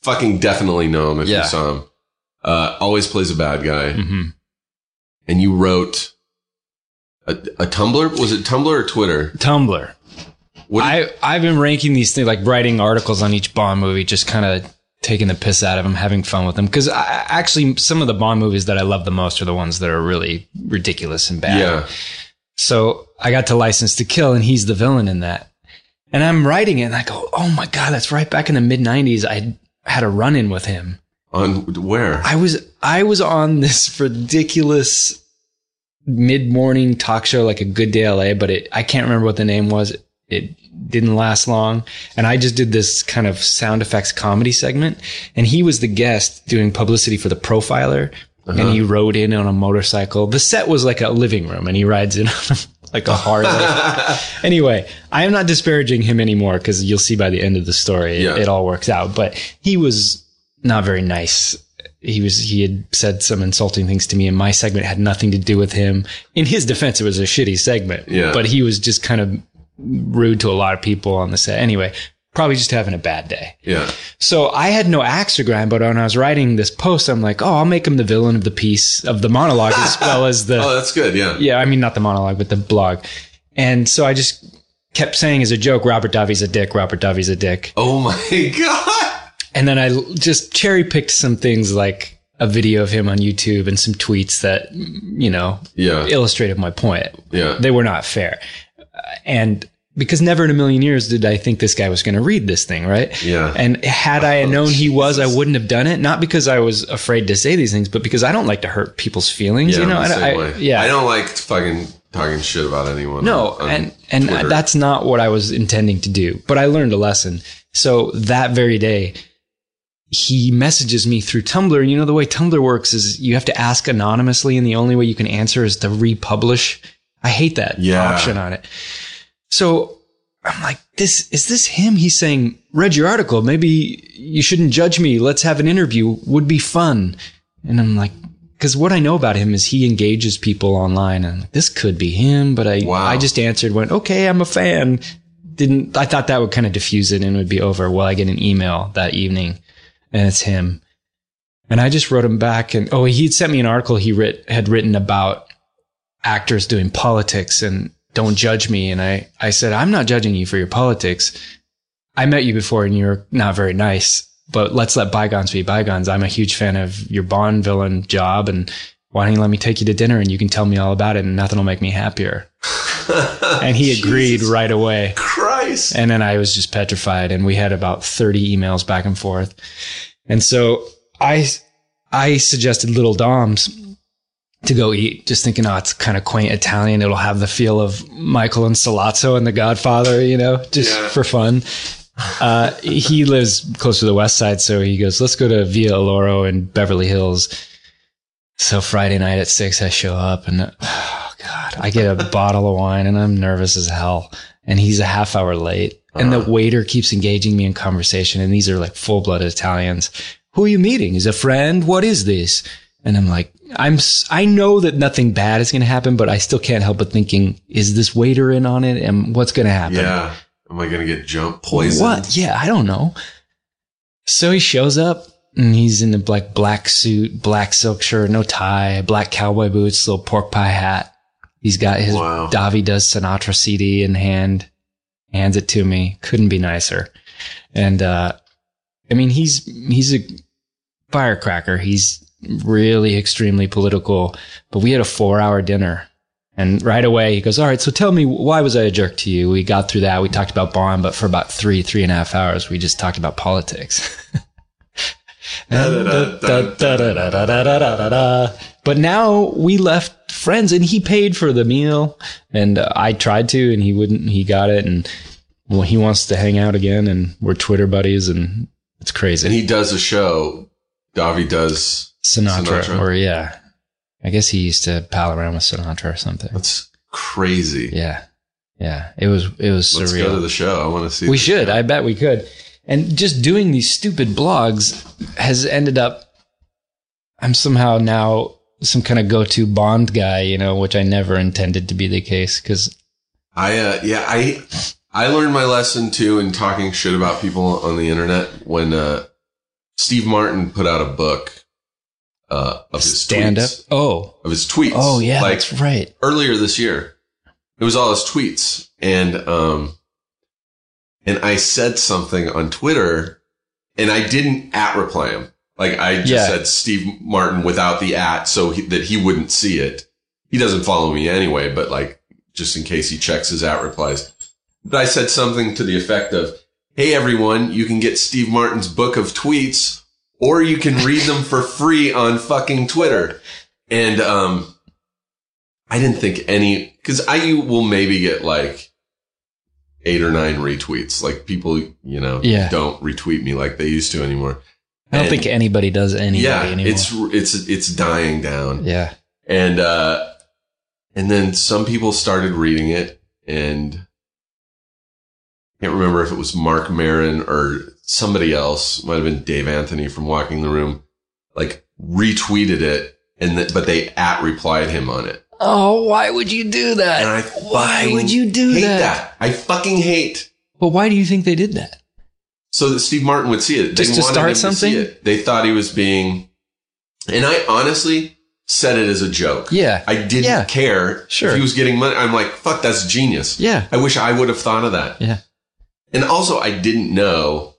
[SPEAKER 1] fucking definitely know him if
[SPEAKER 2] Yeah.
[SPEAKER 1] you saw him. Uh, always plays a bad guy,
[SPEAKER 2] hmm
[SPEAKER 1] and you wrote. A, a Tumblr was it Tumblr or Twitter?
[SPEAKER 2] Tumblr.
[SPEAKER 1] What
[SPEAKER 2] I I've been ranking these things like writing articles on each Bond movie, just kind of taking the piss out of them, having fun with them. Because actually, some of the Bond movies that I love the most are the ones that are really ridiculous and bad.
[SPEAKER 1] yeah,
[SPEAKER 2] So I got to License to Kill, and he's the villain in that. And I'm writing it, and I go, "Oh my god, that's right." Back in the mid '90s, I had a run-in with him.
[SPEAKER 1] on where?
[SPEAKER 2] I was I was on this ridiculous mid-morning talk show, like a Good Day LA, but it I can't remember what the name was. It didn't last long, and I just did this kind of sound effects comedy segment, and he was the guest doing publicity for the Profiler. And he rode in on a motorcycle. The set was like a living room, and he rides in on like a Harley. Anyway, I am not disparaging him anymore because you'll see by the end of the story it-
[SPEAKER 1] Yeah.
[SPEAKER 2] it, all works out. But he was not very nice. He was he had said some insulting things to me, and my segment had nothing to do with him. In his defense, it was a shitty segment.
[SPEAKER 1] Yeah.
[SPEAKER 2] But he was just kind of rude to a lot of people on the set. Anyway, probably just having a bad day.
[SPEAKER 1] Yeah.
[SPEAKER 2] So I had no axe to grind, but when I was writing this post, I'm like, oh, I'll make him the villain of the piece of the monologue as well as the
[SPEAKER 1] Oh, that's good. Yeah.
[SPEAKER 2] yeah, I mean not the monologue, but the blog. And so I just kept saying as a joke, Robert Davi's a dick, Robert Davi's a dick.
[SPEAKER 1] Oh my god.
[SPEAKER 2] And then I l- just cherry picked some things like a video of him on YouTube and some tweets that, you know,
[SPEAKER 1] Yeah.
[SPEAKER 2] illustrated my point.
[SPEAKER 1] Yeah.
[SPEAKER 2] They were not fair. Uh, And because never in a million years did I think this guy was going to read this thing, right?
[SPEAKER 1] Yeah. Oh,
[SPEAKER 2] And had I had known he was, I wouldn't have done it. Not because I was afraid to say these things, but because I don't like to hurt people's feelings.
[SPEAKER 1] Yeah,
[SPEAKER 2] you know,
[SPEAKER 1] I'm the
[SPEAKER 2] And
[SPEAKER 1] same
[SPEAKER 2] I,
[SPEAKER 1] way.
[SPEAKER 2] yeah.
[SPEAKER 1] I don't like fucking talking shit about anyone.
[SPEAKER 2] No,
[SPEAKER 1] on- on
[SPEAKER 2] and and
[SPEAKER 1] Twitter.
[SPEAKER 2] that's not what I was intending to do. But I learned a lesson. So that very day, he messages me through Tumblr. And you know the way Tumblr works is you have to ask anonymously, and the only way you can answer is to republish. I hate that
[SPEAKER 1] Yeah.
[SPEAKER 2] option on it. So I'm like, this is this him? He's saying, read your article. Maybe you shouldn't judge me. Let's have an interview. Would be fun. And I'm like, because what I know about him is he engages people online, and I'm like, this could be him. But I,
[SPEAKER 1] Wow.
[SPEAKER 2] I just answered, went, okay, I'm a fan. Didn't I thought that would kind of diffuse it and it would be over? Well, I get an email that evening, and it's him. And I just wrote him back, and oh, he'd sent me an article he writ, had written about actors doing politics and don't judge me. And I, I said, I'm not judging you for your politics. I met you before and you're not very nice, but let's let bygones be bygones. I'm a huge fan of your Bond villain job. And why don't you let me take you to dinner and you can tell me all about it and nothing will make me happier. and he agreed
[SPEAKER 1] Jesus
[SPEAKER 2] right away.
[SPEAKER 1] Christ.
[SPEAKER 2] And then I was just petrified, and we had about 30 emails back and forth. And so I, I suggested Little Dom's to go eat, just thinking, oh, it's kind of quaint Italian. It'll have the feel of Michael and Salazzo and The Godfather, you know, just
[SPEAKER 1] Yeah.
[SPEAKER 2] for fun. Uh, he lives close to the west side, so he goes, let's go to Via Oloro in Beverly Hills. So Friday night at six, I show up and oh god, I get a bottle of wine and I'm nervous as hell. And he's a half hour late, and the waiter keeps engaging me in conversation. And these are like full blooded Italians. Who are you meeting? Is a friend? What is this? And I'm like, I'm s- I know that nothing bad is going to happen, but I still can't help but thinking, is this waiter in on it? And what's going to happen?
[SPEAKER 1] yeah. Am I gonna get jump poisoned?
[SPEAKER 2] What? Yeah, I don't know. So he shows up and he's in a like black suit, black silk shirt, no tie, black cowboy boots, little pork pie hat. He's got his
[SPEAKER 1] Wow.
[SPEAKER 2] Davi does Sinatra CD in hand, hands it to me. Couldn't be nicer. And uh I mean he's he's a firecracker. He's really extremely political. But we had a four hour dinner. And right away he goes, All right, so tell me, why was I a jerk to you? We got through that. We talked about Bond, but for about three, three and a half hours, we just talked about politics.
[SPEAKER 1] Da-da-da-da-da-da-da-da.
[SPEAKER 2] Da-da-da-da-da-da-da-da. But now we left friends and he paid for the meal and uh, I tried to and he wouldn't. He got it and well, he wants to hang out again and we're Twitter buddies and it's crazy.
[SPEAKER 1] And he does a show. Davi does.
[SPEAKER 2] Sinatra,
[SPEAKER 1] Sinatra.
[SPEAKER 2] or yeah. I guess he used to pal around with Sinatra or something.
[SPEAKER 1] That's crazy.
[SPEAKER 2] Yeah. Yeah. It was it was
[SPEAKER 1] Let's
[SPEAKER 2] surreal.
[SPEAKER 1] go to the show. I want to see.
[SPEAKER 2] we
[SPEAKER 1] this
[SPEAKER 2] should.
[SPEAKER 1] show.
[SPEAKER 2] I bet we could. And just doing these stupid blogs has ended up I'm somehow now some kind of go-to Bond guy, you know, which I never intended to be the case cuz
[SPEAKER 1] I uh, yeah, I I learned my lesson too in talking shit about people on the internet when uh, Steve Martin put out a book uh, of his
[SPEAKER 2] stand up.
[SPEAKER 1] tweets,
[SPEAKER 2] Oh.
[SPEAKER 1] of his tweets.
[SPEAKER 2] Oh yeah,
[SPEAKER 1] like
[SPEAKER 2] that's right.
[SPEAKER 1] earlier this year. It was all his tweets, and um, and I said something on Twitter, and I didn't at reply him. Like I just
[SPEAKER 2] Yeah.
[SPEAKER 1] said Steve Martin without the at, so he, that he wouldn't see it. He doesn't follow me anyway, but like just in case he checks his at replies. But I said something to the effect of, "Hey everyone, you can get Steve Martin's book of tweets, or you can read them for free on fucking Twitter." And um, I didn't think any because I will maybe get like eight or nine retweets. Like people, you know,
[SPEAKER 2] Yeah.
[SPEAKER 1] don't retweet me like they used to anymore.
[SPEAKER 2] I don't
[SPEAKER 1] And-
[SPEAKER 2] think anybody does anybody
[SPEAKER 1] yeah,
[SPEAKER 2] anymore.
[SPEAKER 1] it's it's it's dying down,
[SPEAKER 2] yeah.
[SPEAKER 1] and uh, and then some people started reading it, and I can't remember if it was Mark Marin or somebody else. Might have been Dave Anthony from Walking the Room, like retweeted it, and th- but they at replied him on it.
[SPEAKER 2] Oh, why would you do that?
[SPEAKER 1] And I
[SPEAKER 2] why
[SPEAKER 1] fucking
[SPEAKER 2] would you do
[SPEAKER 1] hate
[SPEAKER 2] that?
[SPEAKER 1] I fucking hate.
[SPEAKER 2] But why do you think they did that?
[SPEAKER 1] So that Steve Martin would see it. They
[SPEAKER 2] Just to
[SPEAKER 1] wanted
[SPEAKER 2] start
[SPEAKER 1] him see
[SPEAKER 2] something?
[SPEAKER 1] it. They thought he was being, and I honestly said it as a joke.
[SPEAKER 2] Yeah.
[SPEAKER 1] I didn't
[SPEAKER 2] Yeah.
[SPEAKER 1] care
[SPEAKER 2] Sure.
[SPEAKER 1] if he was getting money. I'm like, fuck, that's genius.
[SPEAKER 2] Yeah.
[SPEAKER 1] I wish I would have thought of that.
[SPEAKER 2] Yeah.
[SPEAKER 1] And also, I didn't know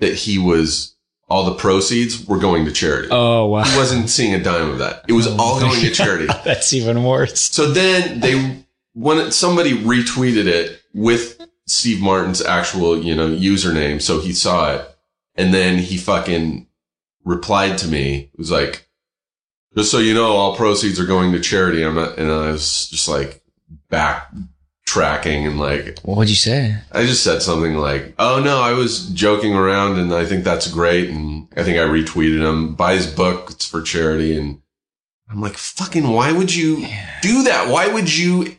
[SPEAKER 1] that he was all the proceeds were going to charity.
[SPEAKER 2] Oh, wow.
[SPEAKER 1] He wasn't seeing a dime of that. It was all going to charity.
[SPEAKER 2] That's even worse.
[SPEAKER 1] So then they when somebody retweeted it with Steve Martin's actual, you know, username, so he saw it. And then he fucking replied to me. It was like, just so you know, all proceeds are going to charity. I'm not, and I was just like backtracking and like,
[SPEAKER 2] What'd you say?
[SPEAKER 1] I just said something like, "Oh no, I was joking around, and I think that's great, and I think I retweeted him. Buy his book; it's for charity." And I'm like, "Fucking, why would you do that? Why would you?"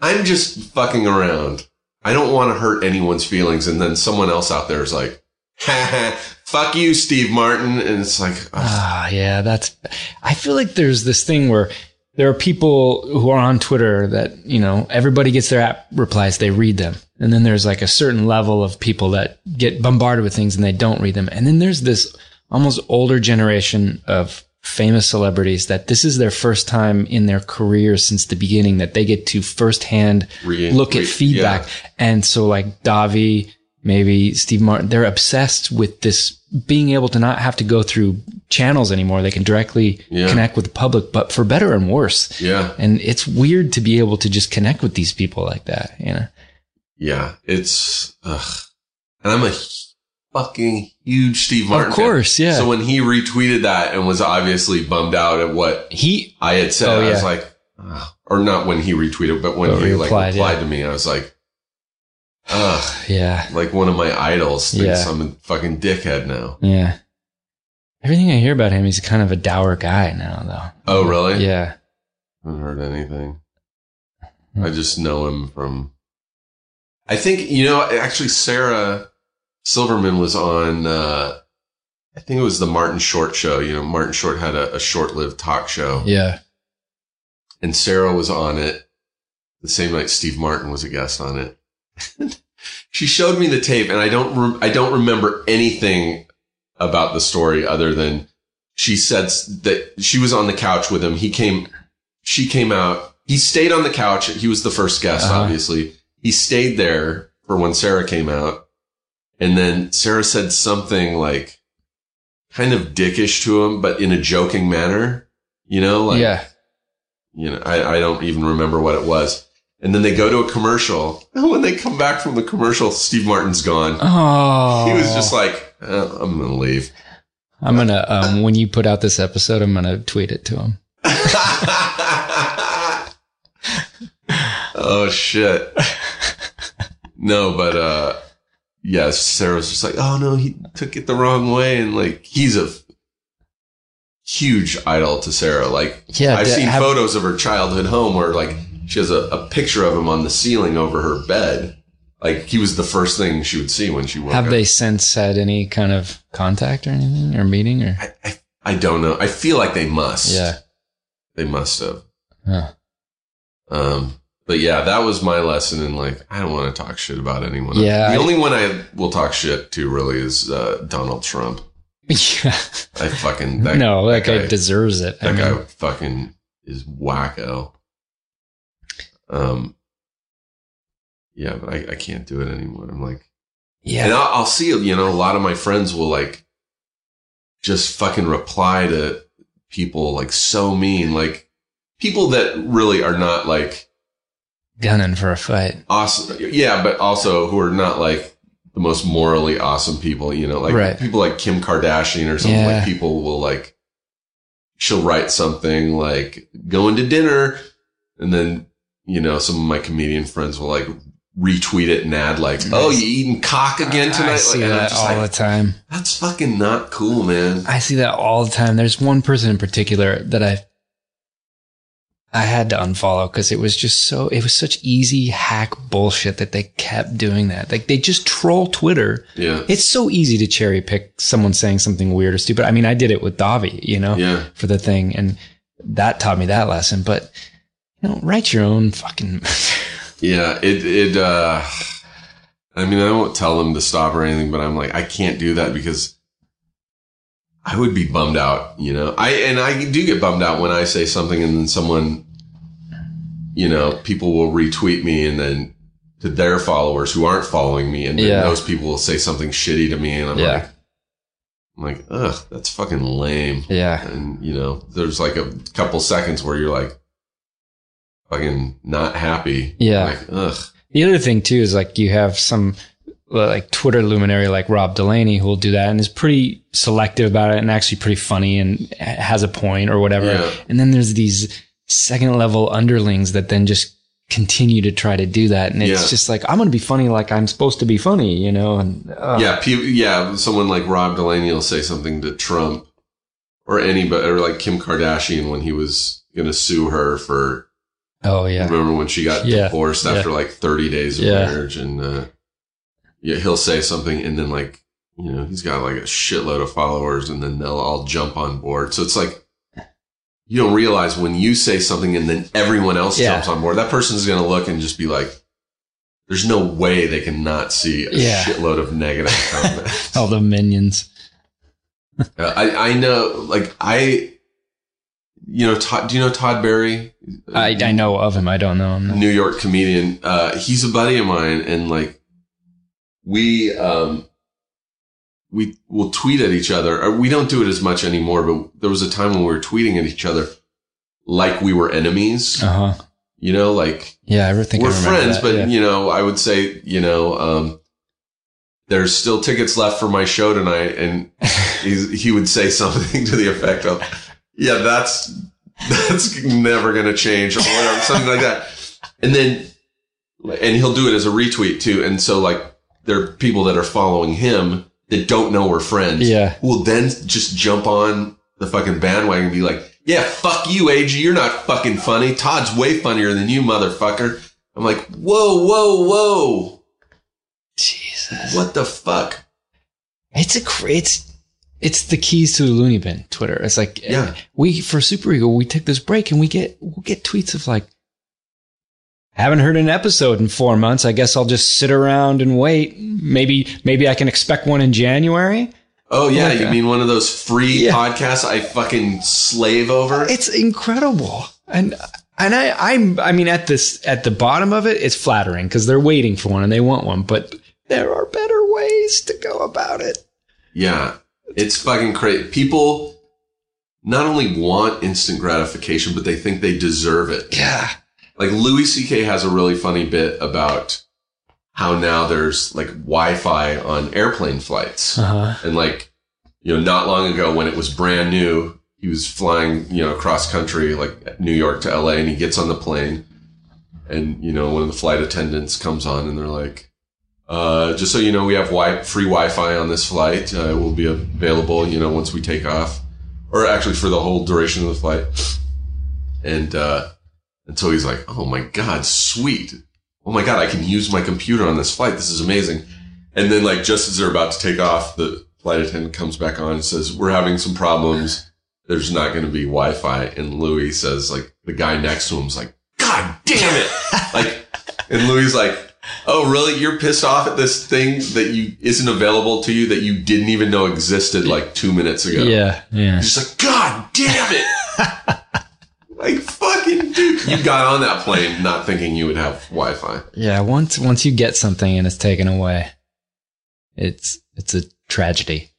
[SPEAKER 1] I'm just fucking around. I don't want to hurt anyone's feelings, and then someone else out there is like, "Ha ha, fuck you, Steve Martin," and it's like, ugh,
[SPEAKER 2] Ah, yeah, that's. I feel like there's this thing where there are people who are on Twitter that, you know, everybody gets their app replies, they read them. And then there's like a certain level of people that get bombarded with things and they don't read them. And then there's this almost older generation of famous celebrities that this is their first time in their career since the beginning that they get to firsthand
[SPEAKER 1] Re-
[SPEAKER 2] look
[SPEAKER 1] re-
[SPEAKER 2] at feedback. And so like Davi, maybe Steve Martin, they're obsessed with this being able to not have to go through channels anymore. They can directly
[SPEAKER 1] Yeah.
[SPEAKER 2] connect with the public, but for better and worse.
[SPEAKER 1] yeah,
[SPEAKER 2] And it's weird to be able to just connect with these people like that, you know?
[SPEAKER 1] yeah." It's ugh, and I'm a fucking huge Steve Martin.
[SPEAKER 2] Of
[SPEAKER 1] fan.
[SPEAKER 2] course, yeah.
[SPEAKER 1] So when he retweeted that and was obviously bummed out at what
[SPEAKER 2] he
[SPEAKER 1] I had said,
[SPEAKER 2] Oh,
[SPEAKER 1] I was
[SPEAKER 2] yeah.
[SPEAKER 1] like, "Ugh." or not when he retweeted, but when
[SPEAKER 2] But
[SPEAKER 1] he like
[SPEAKER 2] replied, yeah.
[SPEAKER 1] replied to me, I was like, ugh,
[SPEAKER 2] yeah.
[SPEAKER 1] like one of my idols thinks
[SPEAKER 2] Yeah.
[SPEAKER 1] I'm a fucking dickhead now.
[SPEAKER 2] Yeah. Everything I hear about him, he's kind of a dour guy now
[SPEAKER 1] Oh,
[SPEAKER 2] though.
[SPEAKER 1] really?
[SPEAKER 2] Yeah.
[SPEAKER 1] I haven't heard anything.
[SPEAKER 2] Hmm.
[SPEAKER 1] I just know him from, I think, you know, actually Sarah Silverman was on, uh, I think it was the Martin Short show. You know, Martin Short had a, a short lived talk show.
[SPEAKER 2] Yeah.
[SPEAKER 1] and Sarah was on it the same night Steve Martin was a guest on it. she showed me the tape, and I don't rem- I don't remember anything about the story other than she said s- that she was on the couch with him. He came, she came out. He stayed on the couch. He was the first guest,
[SPEAKER 2] Uh-huh.
[SPEAKER 1] obviously. He stayed there for when Sarah came out, and then Sarah said something like kind of dickish to him, but in a joking manner. You know, like
[SPEAKER 2] yeah.
[SPEAKER 1] you know, I, I don't even remember what it was. And then they go to a commercial. And when they come back from the commercial, Steve Martin's gone.
[SPEAKER 2] Oh.
[SPEAKER 1] He was just like, uh, I'm going to leave.
[SPEAKER 2] I'm gonna um, when you put out this episode, I'm gonna tweet it to him.
[SPEAKER 1] oh shit. No, but uh yeah, Sarah was just like, oh no, he took it the wrong way, and like he's a f- huge idol to Sarah. Like
[SPEAKER 2] Yeah,
[SPEAKER 1] I've
[SPEAKER 2] to
[SPEAKER 1] seen
[SPEAKER 2] have-
[SPEAKER 1] photos of her childhood home where like she has a, a picture of him on the ceiling over her bed. Like he was the first thing she would see when she woke
[SPEAKER 2] Have
[SPEAKER 1] up.
[SPEAKER 2] they since had any kind of contact or anything or meeting or?
[SPEAKER 1] I, I, I don't know. I feel like they must.
[SPEAKER 2] Yeah.
[SPEAKER 1] They must have.
[SPEAKER 2] Huh.
[SPEAKER 1] Um, but yeah, that was my lesson in like, I don't want to talk shit about anyone.
[SPEAKER 2] Yeah,
[SPEAKER 1] The
[SPEAKER 2] I-
[SPEAKER 1] only one I will talk shit to really is uh, Donald Trump.
[SPEAKER 2] Yeah.
[SPEAKER 1] I fucking, that,
[SPEAKER 2] no, that, guy,
[SPEAKER 1] guy,
[SPEAKER 2] deserves it.
[SPEAKER 1] that
[SPEAKER 2] I mean,
[SPEAKER 1] guy fucking is wacko. Um, yeah, but I, I can't do it anymore. I'm like, And
[SPEAKER 2] yeah.
[SPEAKER 1] I'll, I'll see, you know, a lot of my friends will like just fucking reply to people like so mean, like people that really are not like
[SPEAKER 2] Gunning for a fight.
[SPEAKER 1] awesome. Yeah, but also who are not like the most morally awesome people, you know, like
[SPEAKER 2] Right.
[SPEAKER 1] people like Kim Kardashian or something.
[SPEAKER 2] Yeah.
[SPEAKER 1] Like people will like, she'll write something like going to dinner and then, you know, some of my comedian friends will like retweet it and add like, oh, you eating cock again tonight?
[SPEAKER 2] I see
[SPEAKER 1] like, and I'm
[SPEAKER 2] that
[SPEAKER 1] just
[SPEAKER 2] all
[SPEAKER 1] like,
[SPEAKER 2] the time.
[SPEAKER 1] that's fucking not cool, man.
[SPEAKER 2] I see that all the time. There's one person in particular that I I had to unfollow because it was just so it was such easy hack bullshit that they kept doing that. Like they just troll Twitter.
[SPEAKER 1] Yeah.
[SPEAKER 2] It's so easy to cherry pick someone saying something weird or stupid. I mean, I did it with Davi, you know,
[SPEAKER 1] Yeah.
[SPEAKER 2] for the thing, and that taught me that lesson. But you know, write your own fucking.
[SPEAKER 1] Yeah. It, it, uh, I mean, I won't tell them to stop or anything, but I'm like, I can't do that because I would be bummed out, you know? I, and I do get bummed out when I say something and then someone, you know, people will retweet me and then to their followers who aren't following me. And then
[SPEAKER 2] Yeah.
[SPEAKER 1] those people will say something shitty to me. And I'm
[SPEAKER 2] Yeah.
[SPEAKER 1] like, I'm like, ugh, that's fucking lame.
[SPEAKER 2] yeah,
[SPEAKER 1] and you know there's like a couple seconds where you're like fucking not happy
[SPEAKER 2] Yeah.
[SPEAKER 1] like ugh
[SPEAKER 2] The other thing too is like you have some like Twitter luminary like Rob Delaney who will do that and is pretty selective about it and actually pretty funny and has a point or whatever.
[SPEAKER 1] Yeah.
[SPEAKER 2] And then there's these second level underlings that then just continue to try to do that and it's
[SPEAKER 1] Yeah.
[SPEAKER 2] just like I'm going to be funny like I'm supposed to be funny, you know, and uh,
[SPEAKER 1] yeah pe- yeah someone like rob delaney will say something to trump or anybody or like kim kardashian when he was gonna sue her for
[SPEAKER 2] oh yeah.
[SPEAKER 1] remember when she got
[SPEAKER 2] Yeah.
[SPEAKER 1] divorced
[SPEAKER 2] Yeah.
[SPEAKER 1] after like 30 days of
[SPEAKER 2] Yeah.
[SPEAKER 1] marriage and uh yeah he'll say something and then like you know he's got like a shitload of followers and then they'll all jump on board so it's like you don't realize when you say something and then everyone else
[SPEAKER 2] Yeah.
[SPEAKER 1] jumps on board that person's gonna look and just be like there's no way they can not see a
[SPEAKER 2] Yeah. Oh.
[SPEAKER 1] shitload of negative comments
[SPEAKER 2] All the minions.
[SPEAKER 1] Uh, I, I know like i you know todd do you know todd berry
[SPEAKER 2] I, I know of him. I don't know him.
[SPEAKER 1] New York comedian. Uh, he's a buddy of mine, and like we um, we will tweet at each other. Uh, We don't do it as much anymore, but there was a time when we were tweeting at each other like we were enemies.
[SPEAKER 2] Uh huh.
[SPEAKER 1] You know, like
[SPEAKER 2] Yeah, I think I
[SPEAKER 1] we're
[SPEAKER 2] remember
[SPEAKER 1] friends,
[SPEAKER 2] that.
[SPEAKER 1] but
[SPEAKER 2] yeah.
[SPEAKER 1] you know, I would say you know. Um, there's still tickets left for my show tonight, and he's, he would say something to the effect of, "Yeah, that's that's never going to change," or whatever, something like that. And then, and he'll do it as a retweet too. And so, like, there are people that are following him that don't know we're friends.
[SPEAKER 2] Yeah.
[SPEAKER 1] who will then just jump on the fucking bandwagon and be like, "Yeah, fuck you, AG. You're not fucking funny. Todd's way funnier than you, motherfucker." I'm like, "Whoa, whoa, whoa!
[SPEAKER 2] Jesus.
[SPEAKER 1] What the fuck?"
[SPEAKER 2] It's a cra- it's it's the keys to the loony bin Twitter. It's like eh,
[SPEAKER 1] Yeah.
[SPEAKER 2] we for Super Ego we take this break and we get we'll get tweets of like haven't heard an episode in four months. I guess I'll just sit around and wait. Maybe maybe I can expect one in January.
[SPEAKER 1] Oh yeah,
[SPEAKER 2] Like,
[SPEAKER 1] you
[SPEAKER 2] uh,
[SPEAKER 1] mean one of those free
[SPEAKER 2] Yeah.
[SPEAKER 1] podcasts I fucking slave over?
[SPEAKER 2] It's incredible and. And I, I'm, I mean, at this, at the bottom of it, it's flattering because they're waiting for one and they want one, but there are better ways to go about it.
[SPEAKER 1] Yeah. It's fucking crazy. People not only want instant gratification, but they think they deserve it.
[SPEAKER 2] Yeah.
[SPEAKER 1] Like Louis C.K. has a really funny bit about how now there's like Wi-Fi on airplane flights.
[SPEAKER 2] Uh huh.
[SPEAKER 1] And like, you know, not long ago when it was brand new, he was flying, you know, across country, like New York to LA, and he gets on the plane. And, you know, one of the flight attendants comes on and they're like, uh, just so you know, we have wi- free Wi Fi on this flight. Uh, it will be available, you know, once we take off, or actually for the whole duration of the flight. And, uh, and so he's like, oh my God, sweet. Oh my God, I can use my computer on this flight. This is amazing. And then, like, just as they're about to take off, the flight attendant comes back on and says, We're having some problems. There's not going to be Wi Fi. And Louis says, like, the guy next to him's like, God damn it. like, and Louis's like, Oh, really? You're pissed off at this thing that you isn't available to you that you didn't even know existed like two minutes ago.
[SPEAKER 2] Yeah. Yeah.
[SPEAKER 1] He's just like, God damn it. like, fucking dude. You got on that plane not thinking you would have Wi Fi.
[SPEAKER 2] Yeah. Once once you get something and it's taken away, it's it's a tragedy.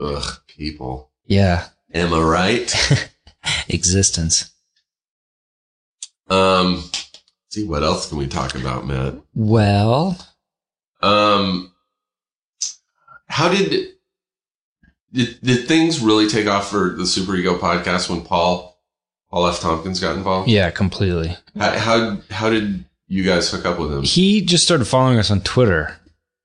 [SPEAKER 1] Ugh, people.
[SPEAKER 2] Yeah.
[SPEAKER 1] Am I right?
[SPEAKER 2] Existence.
[SPEAKER 1] Um, let's see what else can we talk about, Matt?
[SPEAKER 2] Well,
[SPEAKER 1] Um, how did, did did things really take off for the Super Ego podcast when Paul Paul F. Tompkins got involved?
[SPEAKER 2] yeah, completely.
[SPEAKER 1] How how, how did you guys hook up with him?
[SPEAKER 2] He just started following us on Twitter,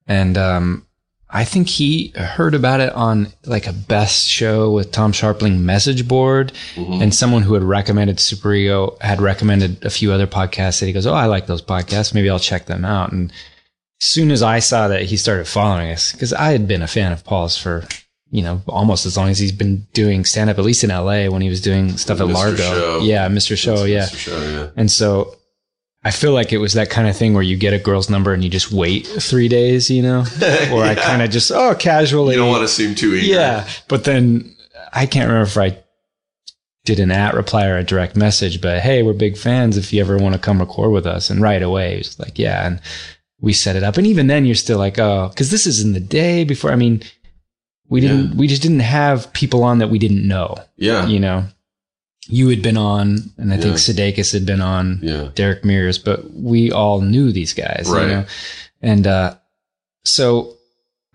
[SPEAKER 2] and um, I think he heard about it on like a best show with Tom Sharpling message board,
[SPEAKER 1] Mm-hmm.
[SPEAKER 2] and someone who had recommended Super Ego had recommended a few other podcasts that he goes, "Oh, I like those podcasts. Maybe I'll check them out." And as soon as I saw that, he started following us because I had been a fan of Paul's for. You know, almost as long as he's been doing stand up, at least in LA when he was doing stuff at
[SPEAKER 1] Mr.
[SPEAKER 2] Largo.
[SPEAKER 1] Show.
[SPEAKER 2] Yeah, Mr. Show.
[SPEAKER 1] That's-
[SPEAKER 2] yeah.
[SPEAKER 1] that's for sure, Oh, yeah.
[SPEAKER 2] And so I feel like it was that kind of thing where you get a girl's number and you just wait three days, you know? Or I kind of just, oh, casually.
[SPEAKER 1] You don't want to seem too eager.
[SPEAKER 2] yeah. But then I can't remember if I did an at reply or a direct message, but hey, we're big fans if you ever want to come record with us. And right away, it was like, yeah. And we set it up. And even then, you're still like, oh, because this is in the day before. I mean, we didn't, we just didn't have people on that we didn't know
[SPEAKER 1] yeah,
[SPEAKER 2] you know, you had been on, and I think
[SPEAKER 1] Yeah.
[SPEAKER 2] Sudeikis had been on,
[SPEAKER 1] yeah.
[SPEAKER 2] Derek Mears, but we all knew these guys,
[SPEAKER 1] Right.
[SPEAKER 2] you know, and uh, so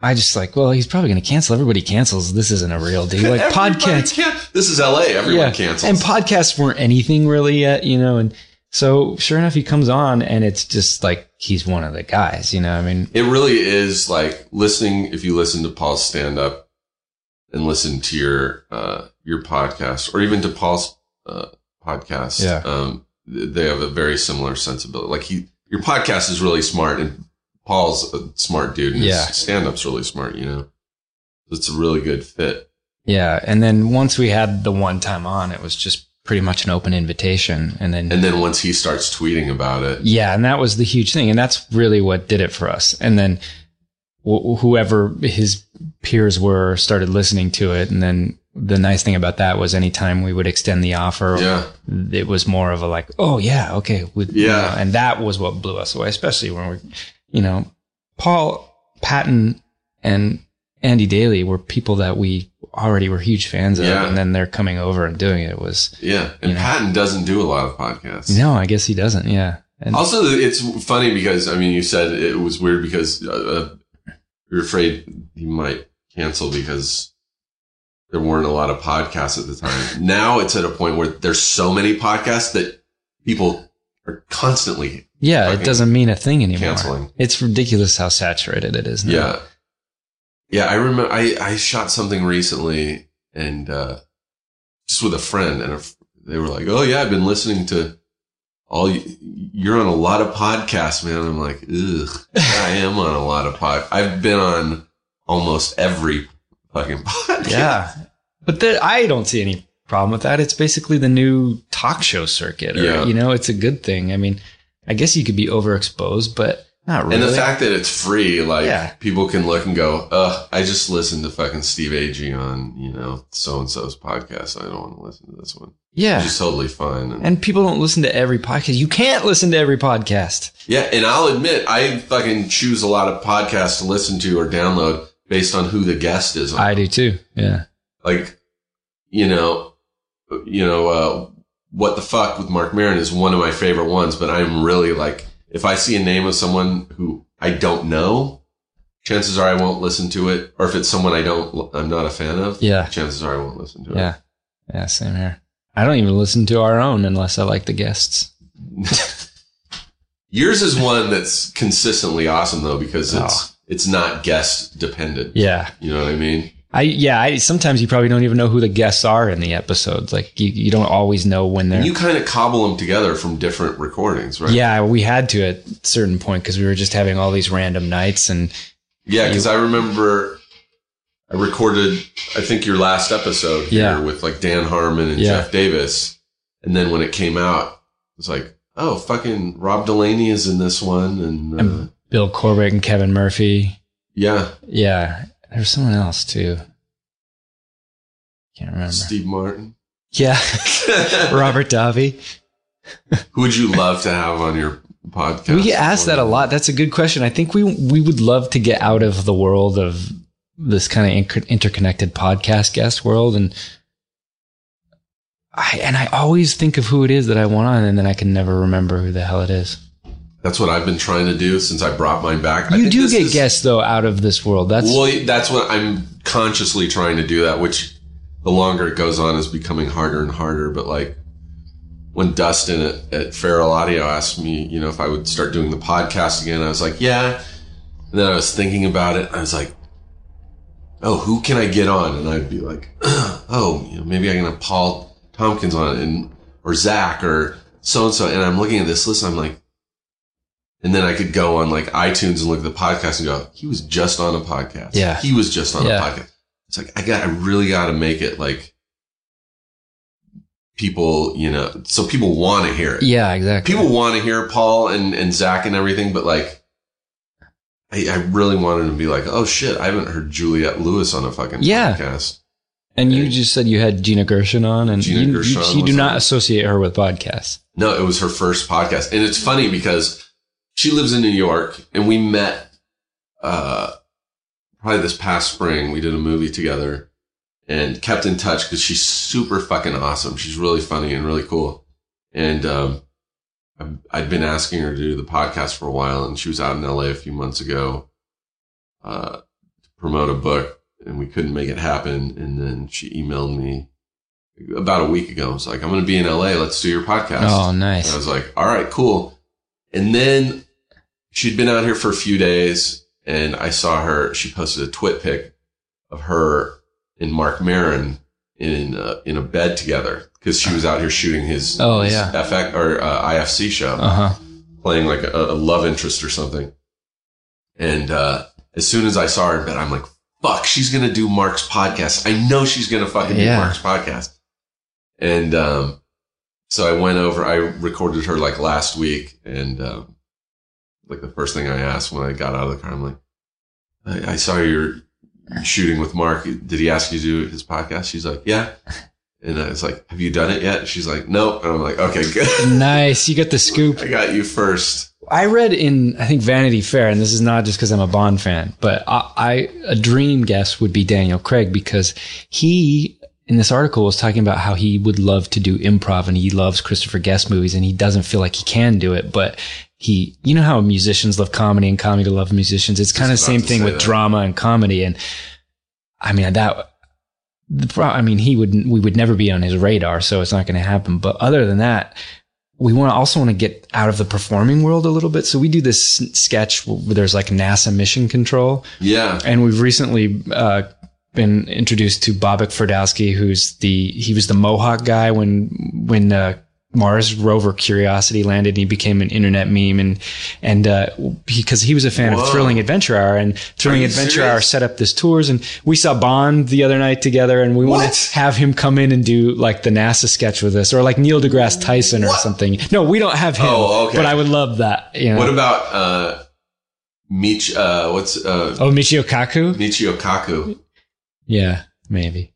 [SPEAKER 2] I just like, well, he's probably going to cancel. Everybody cancels. This isn't a real deal. Like
[SPEAKER 1] Everybody
[SPEAKER 2] podcasts,
[SPEAKER 1] can- This is L.A. Everyone cancels.
[SPEAKER 2] and podcasts weren't anything really yet, you know, and so sure enough, he comes on, and it's just like he's one of the guys, you know. I mean,
[SPEAKER 1] it really is like listening if you listen to paul's stand up and listen to your uh your podcast or even to paul's uh podcast
[SPEAKER 2] Yeah.
[SPEAKER 1] um th- they have a very similar sensibility like he your podcast is really smart and paul's a smart dude and
[SPEAKER 2] Yeah.
[SPEAKER 1] his stand-up's really smart you know it's a really good fit
[SPEAKER 2] yeah. And then once we had the one time on, it was just pretty much an open invitation, and then
[SPEAKER 1] and then once he starts tweeting about it
[SPEAKER 2] Yeah, and that was the huge thing, and that's really what did it for us. And then wh- whoever his peers were started listening to it, and then the nice thing about that was anytime we would extend the offer,
[SPEAKER 1] yeah
[SPEAKER 2] it was more of a like, oh yeah, okay, with, you
[SPEAKER 1] Yeah.
[SPEAKER 2] know, and that was what blew us away, especially when we, you know, Paul Patton and Andy Daly were people that we already were huge fans of,
[SPEAKER 1] Yeah.
[SPEAKER 2] and then they're coming over and doing it was
[SPEAKER 1] yeah and
[SPEAKER 2] You know.
[SPEAKER 1] patton doesn't do a lot of podcasts
[SPEAKER 2] no, I guess he doesn't, yeah, and
[SPEAKER 1] Also, it's funny because I mean, you said it was weird because uh, uh, you're afraid he might cancel because there weren't a lot of podcasts at the time. now it's at a point where there's so many podcasts that people are constantly.
[SPEAKER 2] Yeah, it
[SPEAKER 1] fucking
[SPEAKER 2] doesn't mean a thing anymore.
[SPEAKER 1] canceling.
[SPEAKER 2] It's ridiculous how saturated it is now.
[SPEAKER 1] Yeah, yeah. I remember I I shot something recently and uh, just with a friend, and a, f- they were like, "Oh yeah, I've been listening to." All y- you're on a lot of podcasts, man. I'm like, ugh, I am on a lot of pod. I've been on almost every fucking podcast.
[SPEAKER 2] Yeah. But there, I don't see any problem with that. It's basically the new talk show circuit. Or,
[SPEAKER 1] Yeah.
[SPEAKER 2] You know, it's a good thing. I mean, I guess you could be overexposed, but not really.
[SPEAKER 1] And the fact that it's free, like
[SPEAKER 2] Yeah.
[SPEAKER 1] people can look and go, ugh, I just listened to fucking Steve Agee on, you know, so and so's podcast. I don't want to listen to this one.
[SPEAKER 2] yeah.
[SPEAKER 1] Which is totally fine. And,
[SPEAKER 2] and people don't listen to every podcast. You can't listen to every podcast.
[SPEAKER 1] yeah. And I'll admit, I fucking choose a lot of podcasts to listen to or download based on who the guest is. on.
[SPEAKER 2] I do too. Yeah.
[SPEAKER 1] like you know you know uh, what the fuck with mark marin is one of my favorite ones but i'm really like if i see a name of someone who i don't know chances are i won't listen to it or if it's someone i don't i'm not a fan of
[SPEAKER 2] Yeah.
[SPEAKER 1] chances are i won't listen to it
[SPEAKER 2] Yeah. Yeah, same here. I don't even listen to our own unless I like the guests.
[SPEAKER 1] Yours is one that's consistently awesome though because it's it's not guest dependent.
[SPEAKER 2] Oh. Yeah.
[SPEAKER 1] You know what I mean?
[SPEAKER 2] I yeah, I sometimes you probably don't even know who the guests are in the episodes. Like you, you don't always know when they're
[SPEAKER 1] And you kind of cobble them together from different recordings, right?
[SPEAKER 2] Yeah, we had to at a certain point because we were just having all these random nights and
[SPEAKER 1] Yeah, because I remember I recorded, I think your last episode here
[SPEAKER 2] Yeah.
[SPEAKER 1] with like Dan Harmon and
[SPEAKER 2] Yeah.
[SPEAKER 1] Jeff Davis, and then when it came out, it was like, oh, fucking Rob Delaney is in this one, and uh,
[SPEAKER 2] Um, Bill Corbett and Kevin Murphy.
[SPEAKER 1] yeah,
[SPEAKER 2] Yeah, there's someone else too. Can't remember.
[SPEAKER 1] Steve Martin.
[SPEAKER 2] Yeah, Robert Davi.
[SPEAKER 1] Who would you love to have on your podcast?
[SPEAKER 2] We get asked that a lot. That's a good question. I think we we would love to get out of the world of this kind of inter- interconnected podcast guest world, and I and I always think of who it is that I want on, and then I can never remember who the hell it is.
[SPEAKER 1] That's what I've been trying to do since I brought mine back. I
[SPEAKER 2] You
[SPEAKER 1] think
[SPEAKER 2] do
[SPEAKER 1] this
[SPEAKER 2] get
[SPEAKER 1] is-
[SPEAKER 2] guests though out of this world. That's
[SPEAKER 1] well, that's what I'm consciously trying to do that, which the longer it goes on is becoming harder and harder. But like when Dustin at, at Feral Audio asked me, you know, if I would start doing the podcast again, I was like, yeah. And then I was thinking about it. I was like, oh, who can I get on? And I'd be like, oh, you know, maybe I can have Paul Tompkins on and or Zach or so and so. And I'm looking at this list. I'm like, and then I could go on like iTunes and look at the podcast and go, he was just on a podcast.
[SPEAKER 2] Yeah.
[SPEAKER 1] he was just on
[SPEAKER 2] Yeah.
[SPEAKER 1] a podcast. It's like I got, I really got to make it like people, you know, so people want to hear it.
[SPEAKER 2] yeah, exactly.
[SPEAKER 1] People want to hear Paul and and Zach and everything, but like. I, I really wanted to be like, oh shit, I haven't heard Juliette Lewis on a fucking
[SPEAKER 2] Yeah.
[SPEAKER 1] podcast.
[SPEAKER 2] and you just said you had Gina Gershon on, and
[SPEAKER 1] Gina
[SPEAKER 2] you, you-
[SPEAKER 1] Gershon
[SPEAKER 2] you do
[SPEAKER 1] was
[SPEAKER 2] not
[SPEAKER 1] on.
[SPEAKER 2] associate her with podcasts.
[SPEAKER 1] No, it was her first podcast. And it's funny because she lives in New York and we met uh probably this past spring. We did a movie together and kept in touch because she's super fucking awesome. She's really funny and really cool. And um I've- I'd been asking her to do the podcast for a while and she was out in LA a few months ago uh to promote a book and we couldn't make it happen and then she emailed me about a week ago. I was like, I'm gonna be in LA, let's do your podcast.
[SPEAKER 2] Oh,
[SPEAKER 1] And I
[SPEAKER 2] nice.
[SPEAKER 1] was like, all right, cool. And then she'd been out here for a few days and I saw her, she posted a twit pic of her and Mark Marin in a, in a bed together because she was out here shooting his,
[SPEAKER 2] Oh,
[SPEAKER 1] his
[SPEAKER 2] yeah.
[SPEAKER 1] FX or uh, IFC show
[SPEAKER 2] Uh huh.
[SPEAKER 1] playing like a, a love interest or something. And uh, as soon as I saw her in bed, I'm like, fuck, she's going to do Mark's podcast. I know she's going to fucking
[SPEAKER 2] Yeah.
[SPEAKER 1] do Mark's podcast. And um, so I went over, I recorded her like last week. And um, like the first thing I asked when I got out of the car, I'm like, I, I saw you're shooting with Mark. Did he ask you to do his podcast? She's like, yeah. And I was like, have you done it yet? She's like, nope. And I'm like, okay, good.
[SPEAKER 2] Nice. You got the scoop.
[SPEAKER 1] I got you first.
[SPEAKER 2] I read in I think Vanity Fair, and this is not just because I'm a Bond fan, but I, I a dream guest would be Daniel Craig because he in this article was talking about how he would love to do improv and he loves Christopher Guest movies and he doesn't feel like he can do it, but he you know how musicians love comedy and comedy love musicians. It's kind of the
[SPEAKER 1] Just about
[SPEAKER 2] same
[SPEAKER 1] to
[SPEAKER 2] thing
[SPEAKER 1] say
[SPEAKER 2] with
[SPEAKER 1] that.
[SPEAKER 2] drama and comedy, and I mean that. The pro- I mean, he would we would never be on his radar, so it's not going to happen. But other than that, we want to also want to get out of the performing world a little bit. So we do this s- sketch where there's like NASA mission control,
[SPEAKER 1] Yeah.
[SPEAKER 2] and we've recently uh, been introduced to Bobak Ferdowski, who's the he was the Mohawk guy when when uh, Mars rover Curiosity landed, and he became an internet meme, and and because he was a fan of
[SPEAKER 1] Whoa.
[SPEAKER 2] Thrilling Adventure Hour, and Thrilling
[SPEAKER 1] you
[SPEAKER 2] Adventure Hour
[SPEAKER 1] serious?
[SPEAKER 2] set up this tours, and we saw Bond the other night together, and we want
[SPEAKER 1] What?
[SPEAKER 2] to have him come in and do like the NASA sketch with us, or like Neil deGrasse Tyson or something. No, we don't have him,
[SPEAKER 1] Oh, okay.
[SPEAKER 2] but I would love that. You know?
[SPEAKER 1] What about uh Mich uh what's uh
[SPEAKER 2] oh Michio Kaku?
[SPEAKER 1] Michio Kaku?
[SPEAKER 2] Yeah, maybe.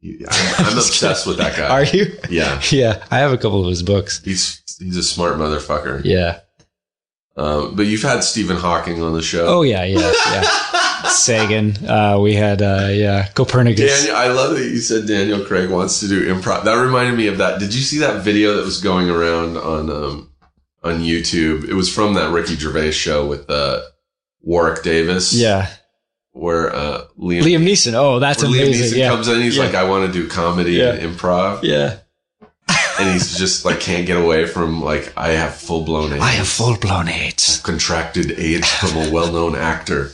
[SPEAKER 1] You- I'm, I'm obsessed with that guy.
[SPEAKER 2] Are you?
[SPEAKER 1] Yeah.
[SPEAKER 2] Yeah, I have a couple of his books.
[SPEAKER 1] He's he's a smart motherfucker.
[SPEAKER 2] Yeah.
[SPEAKER 1] Um, but you've had Stephen Hawking on the show.
[SPEAKER 2] Oh yeah, yeah, yeah. Sagan. Uh, we had uh, yeah Copernicus.
[SPEAKER 1] Daniel, I love that you said Daniel Craig wants to do improv. That reminded me of that. Did you see that video that was going around on um, on YouTube? It was from that Ricky Gervais show with uh, Warwick Davis.
[SPEAKER 2] Yeah,
[SPEAKER 1] where uh, Liam,
[SPEAKER 2] Liam Neeson. Oh, that's
[SPEAKER 1] where Liam
[SPEAKER 2] amazing.
[SPEAKER 1] Neeson
[SPEAKER 2] yeah.
[SPEAKER 1] comes in. He's
[SPEAKER 2] Yeah.
[SPEAKER 1] like, I want to do comedy and improv,
[SPEAKER 2] yeah.
[SPEAKER 1] and he's just like can't get away from like I have full blown AIDS,
[SPEAKER 2] full blown AIDS.
[SPEAKER 1] contracted AIDS from a well known actor,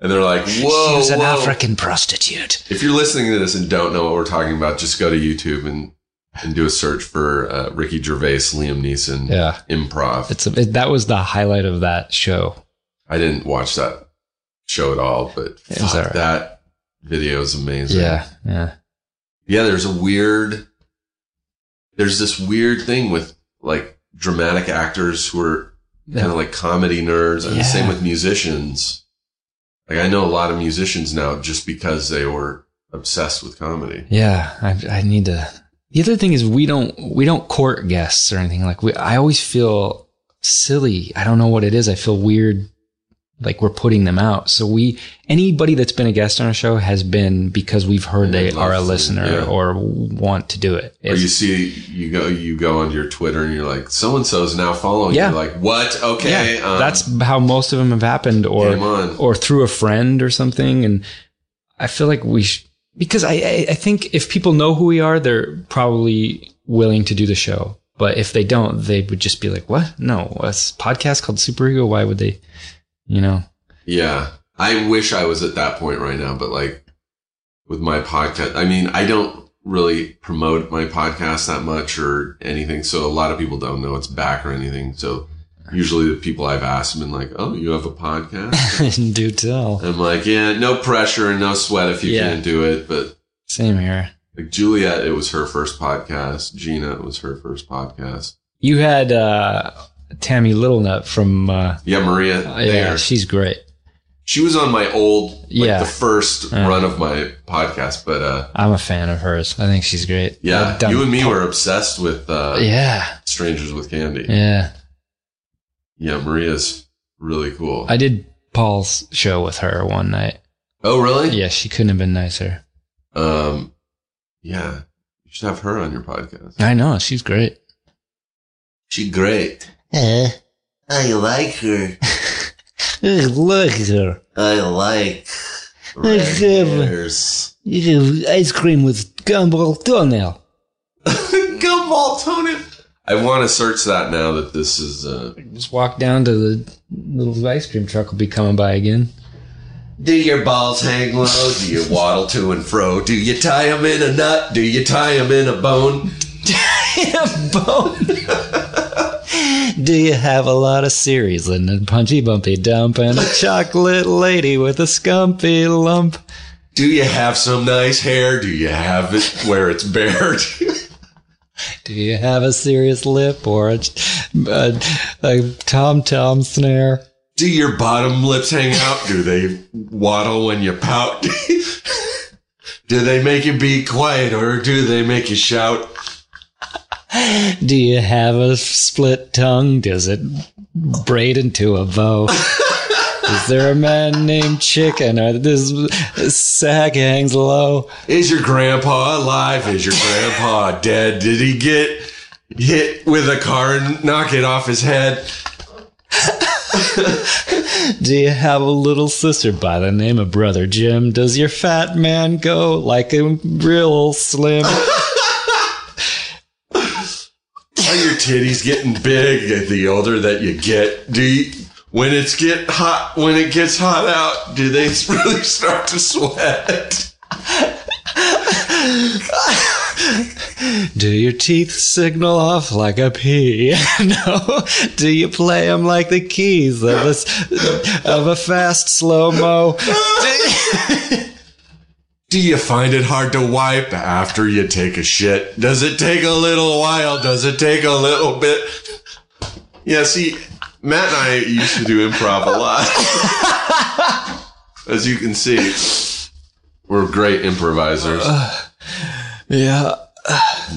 [SPEAKER 1] and they're like, whoa, whoa.
[SPEAKER 2] prostitute.
[SPEAKER 1] If you're listening to this and don't know what we're talking about, just go to YouTube and and do a search for uh, Ricky Gervais, Liam Neeson,
[SPEAKER 2] Yeah.
[SPEAKER 1] improv.
[SPEAKER 2] It's a, it, that was the highlight of that show.
[SPEAKER 1] I didn't watch that show at all, but
[SPEAKER 2] It was
[SPEAKER 1] fuck,
[SPEAKER 2] alright.
[SPEAKER 1] that video is amazing.
[SPEAKER 2] Yeah, yeah.
[SPEAKER 1] Yeah, there's a weird, there's this weird thing with like dramatic actors who are kind of like comedy nerds and the
[SPEAKER 2] Yeah.
[SPEAKER 1] same with musicians. Like I know a lot of musicians now just because they were obsessed with comedy.
[SPEAKER 2] Yeah, I, I need to. The other thing is we don't we don't court guests or anything like we. I always feel silly. I don't know what it is. I feel weird, like we're putting them out. So we anybody that's been a guest on our show has been because we've heard
[SPEAKER 1] And
[SPEAKER 2] they
[SPEAKER 1] they'd
[SPEAKER 2] are a
[SPEAKER 1] love to,
[SPEAKER 2] listener
[SPEAKER 1] yeah.
[SPEAKER 2] or want to do it.
[SPEAKER 1] or
[SPEAKER 2] It's-
[SPEAKER 1] you see, you go, you go onto your Twitter and you're like, so and so is now following.
[SPEAKER 2] Yeah.
[SPEAKER 1] you like what? Okay, um,
[SPEAKER 2] yeah, that's how most of them have happened, or
[SPEAKER 1] Game on.
[SPEAKER 2] or through a friend or something. And I feel like we sh- because I, I I think if people know who we are, they're probably willing to do the show. But if they don't, they would just be like, "What? No, it's a podcast called Superego. Why would they?" You know?
[SPEAKER 1] Yeah. I wish I was at that point right now, but like with my podcast, I mean, I don't really promote my podcast that much or anything. So a lot of people don't know it's back or anything. So usually the people I've asked have been like, Oh, you have a podcast?
[SPEAKER 2] do tell.
[SPEAKER 1] I'm like, yeah, no pressure and no sweat if you
[SPEAKER 2] Yeah.
[SPEAKER 1] can't do it. But
[SPEAKER 2] Same here.
[SPEAKER 1] like Juliet, it was her first podcast. Gina, it was her first podcast.
[SPEAKER 2] You had uh, Tammy Littlenut from uh,
[SPEAKER 1] Yeah, Maria
[SPEAKER 2] yeah,
[SPEAKER 1] there.
[SPEAKER 2] she's great.
[SPEAKER 1] She was on my old, like
[SPEAKER 2] Yeah. Uh-huh.
[SPEAKER 1] the first
[SPEAKER 2] Yeah.
[SPEAKER 1] run of my podcast, but, uh,
[SPEAKER 2] I'm a fan of hers. I think she's great.
[SPEAKER 1] Yeah,
[SPEAKER 2] I've done-
[SPEAKER 1] you and me were obsessed with uh,
[SPEAKER 2] Yeah,
[SPEAKER 1] Strangers with Candy. Yeah.
[SPEAKER 2] yeah.
[SPEAKER 1] Maria's really cool.
[SPEAKER 2] I did Paul's show with her one night.
[SPEAKER 1] oh, really?
[SPEAKER 2] Yeah, she couldn't have been nicer.
[SPEAKER 1] Um, yeah, you should have her on your podcast.
[SPEAKER 2] I know she's great.
[SPEAKER 1] She great.
[SPEAKER 2] Eh,
[SPEAKER 3] Uh,
[SPEAKER 4] I like her.
[SPEAKER 3] look at her.
[SPEAKER 4] I like red
[SPEAKER 3] Let's have-
[SPEAKER 4] hairs.
[SPEAKER 3] You have ice cream with gumball toenail.
[SPEAKER 1] Gumball Tony. I want to search that now that this is. Uh,
[SPEAKER 2] Just walk down to the little ice cream truck will be coming by again.
[SPEAKER 1] do your balls hang low? Do you waddle to and fro? Do you tie them in a nut? Do you tie them in a bone?
[SPEAKER 2] Do you have a lot of series and a punchy bumpy dump and a chocolate lady with a scumpy lump?
[SPEAKER 1] Do you have some nice hair? Do you have it where it's bared?
[SPEAKER 2] Do you have a serious lip or a a, a tom tom snare?
[SPEAKER 1] Do your bottom lips hang out? Do they waddle when you pout? do they make you be quiet or do they make you shout?
[SPEAKER 2] Do you have a split tongue? Does it braid into a bow? Is there a man named Chicken? Or this sack hangs low?
[SPEAKER 1] Is your grandpa alive? Is your grandpa dead? Did he get hit with a car and knock it off his head?
[SPEAKER 2] Do you have a little sister by the name of Brother Jim? Does your fat man go like a real slim?
[SPEAKER 1] Are your titties getting big the older that you get? Do you, when it's get hot, when it gets hot out, do they really start to sweat?
[SPEAKER 2] Do your teeth signal off like a pea? no. Do you play them like the keys of a, s- of a fast slow mo?
[SPEAKER 1] Do you find it hard to wipe after you take a shit? Does it take a little while? Does it take a little bit? Yeah, see, Matt and I used to do improv a lot. As you can see, we're great improvisers.
[SPEAKER 2] Yeah.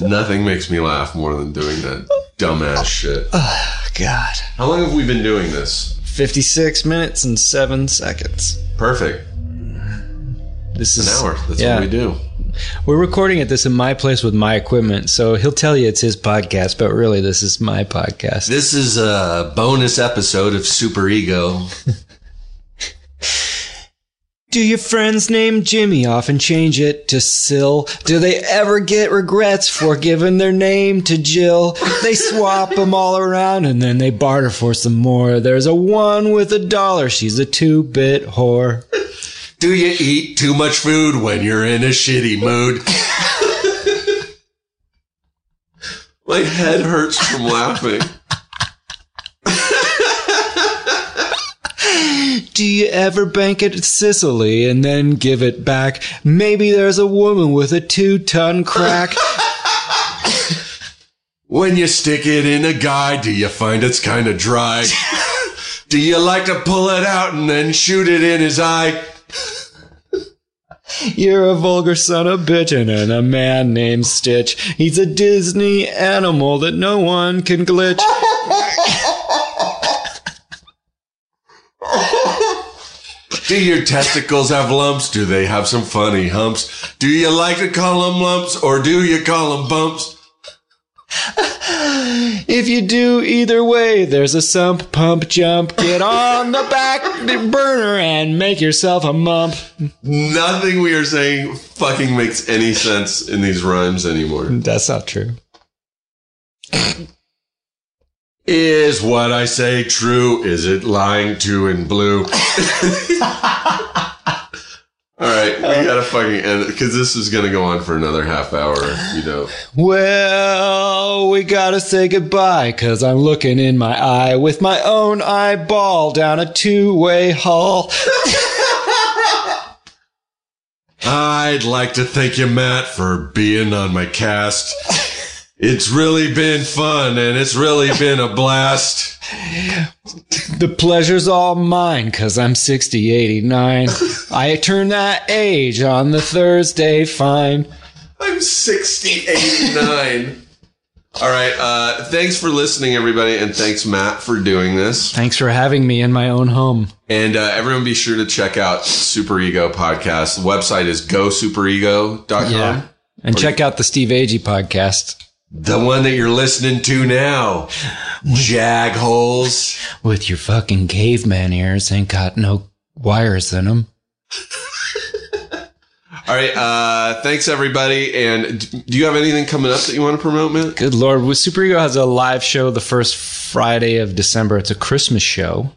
[SPEAKER 1] Nothing makes me laugh more than doing that dumbass shit.
[SPEAKER 2] God.
[SPEAKER 1] How long have we been doing this?
[SPEAKER 2] 56 minutes and 7 seconds.
[SPEAKER 1] Perfect.
[SPEAKER 2] This
[SPEAKER 1] An
[SPEAKER 2] is
[SPEAKER 1] hour. That's
[SPEAKER 2] yeah.
[SPEAKER 1] what we do.
[SPEAKER 2] We're recording at this in my place with my equipment, so he'll tell you it's his podcast, but really this is my podcast.
[SPEAKER 1] This is a bonus episode of Super Ego.
[SPEAKER 2] Do your friends named Jimmy often change it to Sil? Do they ever get regrets for giving their name to Jill? They swap them all around and then they barter for some more. There's a one with a dollar. She's a two bit whore.
[SPEAKER 1] Do you eat too much food when you're in a shitty mood? My head hurts from laughing.
[SPEAKER 2] Do you ever bank it at Sicily and then give it back? Maybe there's a woman with a two ton crack.
[SPEAKER 1] When you stick it in a guy, do you find it's kind of dry? do you like to pull it out and then shoot it in his eye?
[SPEAKER 2] You're a vulgar son of a bitch and then a man named Stitch. He's a Disney animal that no one can glitch.
[SPEAKER 1] Do your testicles have lumps? Do they have some funny humps? Do you like to call them lumps or do you call them bumps?
[SPEAKER 2] If you do either way, there's a sump, pump, jump. Get on the back burner and make yourself a mump.
[SPEAKER 1] Nothing we are saying fucking makes any sense in these rhymes anymore.
[SPEAKER 2] That's not true.
[SPEAKER 1] Is what I say true? Is it lying to in blue? All right, we gotta fucking end it because this is gonna go on for another half hour. You know,
[SPEAKER 2] Well, we gotta say goodbye, cause I'm looking in my eye with my own eyeball down a two-way hall.
[SPEAKER 1] I'd like to thank you, Matt, for being on my cast. It's really been fun and it's really been a blast.
[SPEAKER 2] The pleasure's all mine, cause I'm 60, 89. I turn that age on the Thursday fine.
[SPEAKER 1] I'm 689. All right, uh, thanks for listening, everybody, and thanks, Matt, for doing this.
[SPEAKER 2] Thanks for having me in my own home.
[SPEAKER 1] And uh, everyone be sure to check out Super Ego Podcast. The website is gosuperego.com.
[SPEAKER 2] And check out the Steve Agee podcast
[SPEAKER 1] The one that you're listening to now. Jag holes.
[SPEAKER 2] with your fucking caveman ears. Ain't got no wires in them.
[SPEAKER 1] All right. Uh, thanks, everybody. And d- do you have anything coming up that you want to promote, Matt?
[SPEAKER 2] Good lord. Well, Super Ego has a live show the first Friday of December. It's a Christmas show.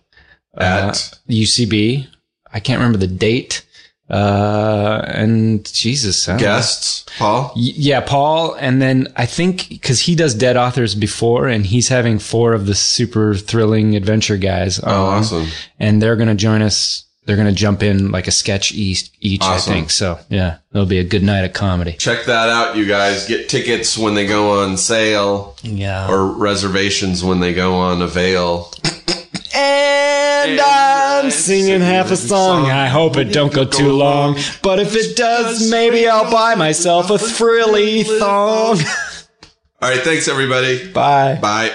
[SPEAKER 1] At
[SPEAKER 2] UCB. I can't remember the date. Uh, and Jesus. I don't know.
[SPEAKER 1] guests, Paul?
[SPEAKER 2] Y- Yeah, Paul, and then I think because he does Dead Authors before, and he's having four of the super thrilling adventure guys. On,
[SPEAKER 1] Oh, awesome.
[SPEAKER 2] And they're gonna join us. They're gonna jump in like a sketch each, each
[SPEAKER 1] Awesome.
[SPEAKER 2] I think. So yeah, it'll be a good night of comedy.
[SPEAKER 1] Check that out, you guys. Get tickets when they go on sale
[SPEAKER 2] Yeah.
[SPEAKER 1] or reservations when they go on avail.
[SPEAKER 2] And, I'm singing half a song. I hope it don't go too long. But if it does, maybe I'll buy myself a frilly
[SPEAKER 1] All
[SPEAKER 2] thong.
[SPEAKER 1] right. Thanks, everybody.
[SPEAKER 2] Bye.
[SPEAKER 1] Bye.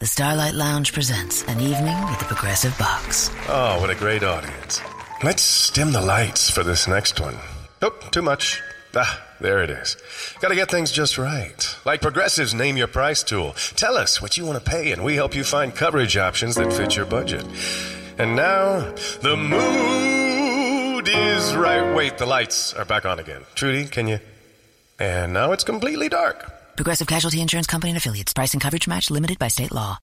[SPEAKER 5] The Starlight Lounge presents an evening with the Progressive Box.
[SPEAKER 6] Oh, what a great audience. Let's dim the lights for this next one. Nope, too much. Ah, there it is. Gotta get things just right. Like Progressive's Name Your Price tool. Tell us what you want to pay, and we help you find coverage options that fit your budget. And now, the mood is right. Wait, the lights are back on again. Trudy, can you? And now it's completely dark.
[SPEAKER 5] Progressive Casualty Insurance Company and affiliates. Price and coverage match limited by state law.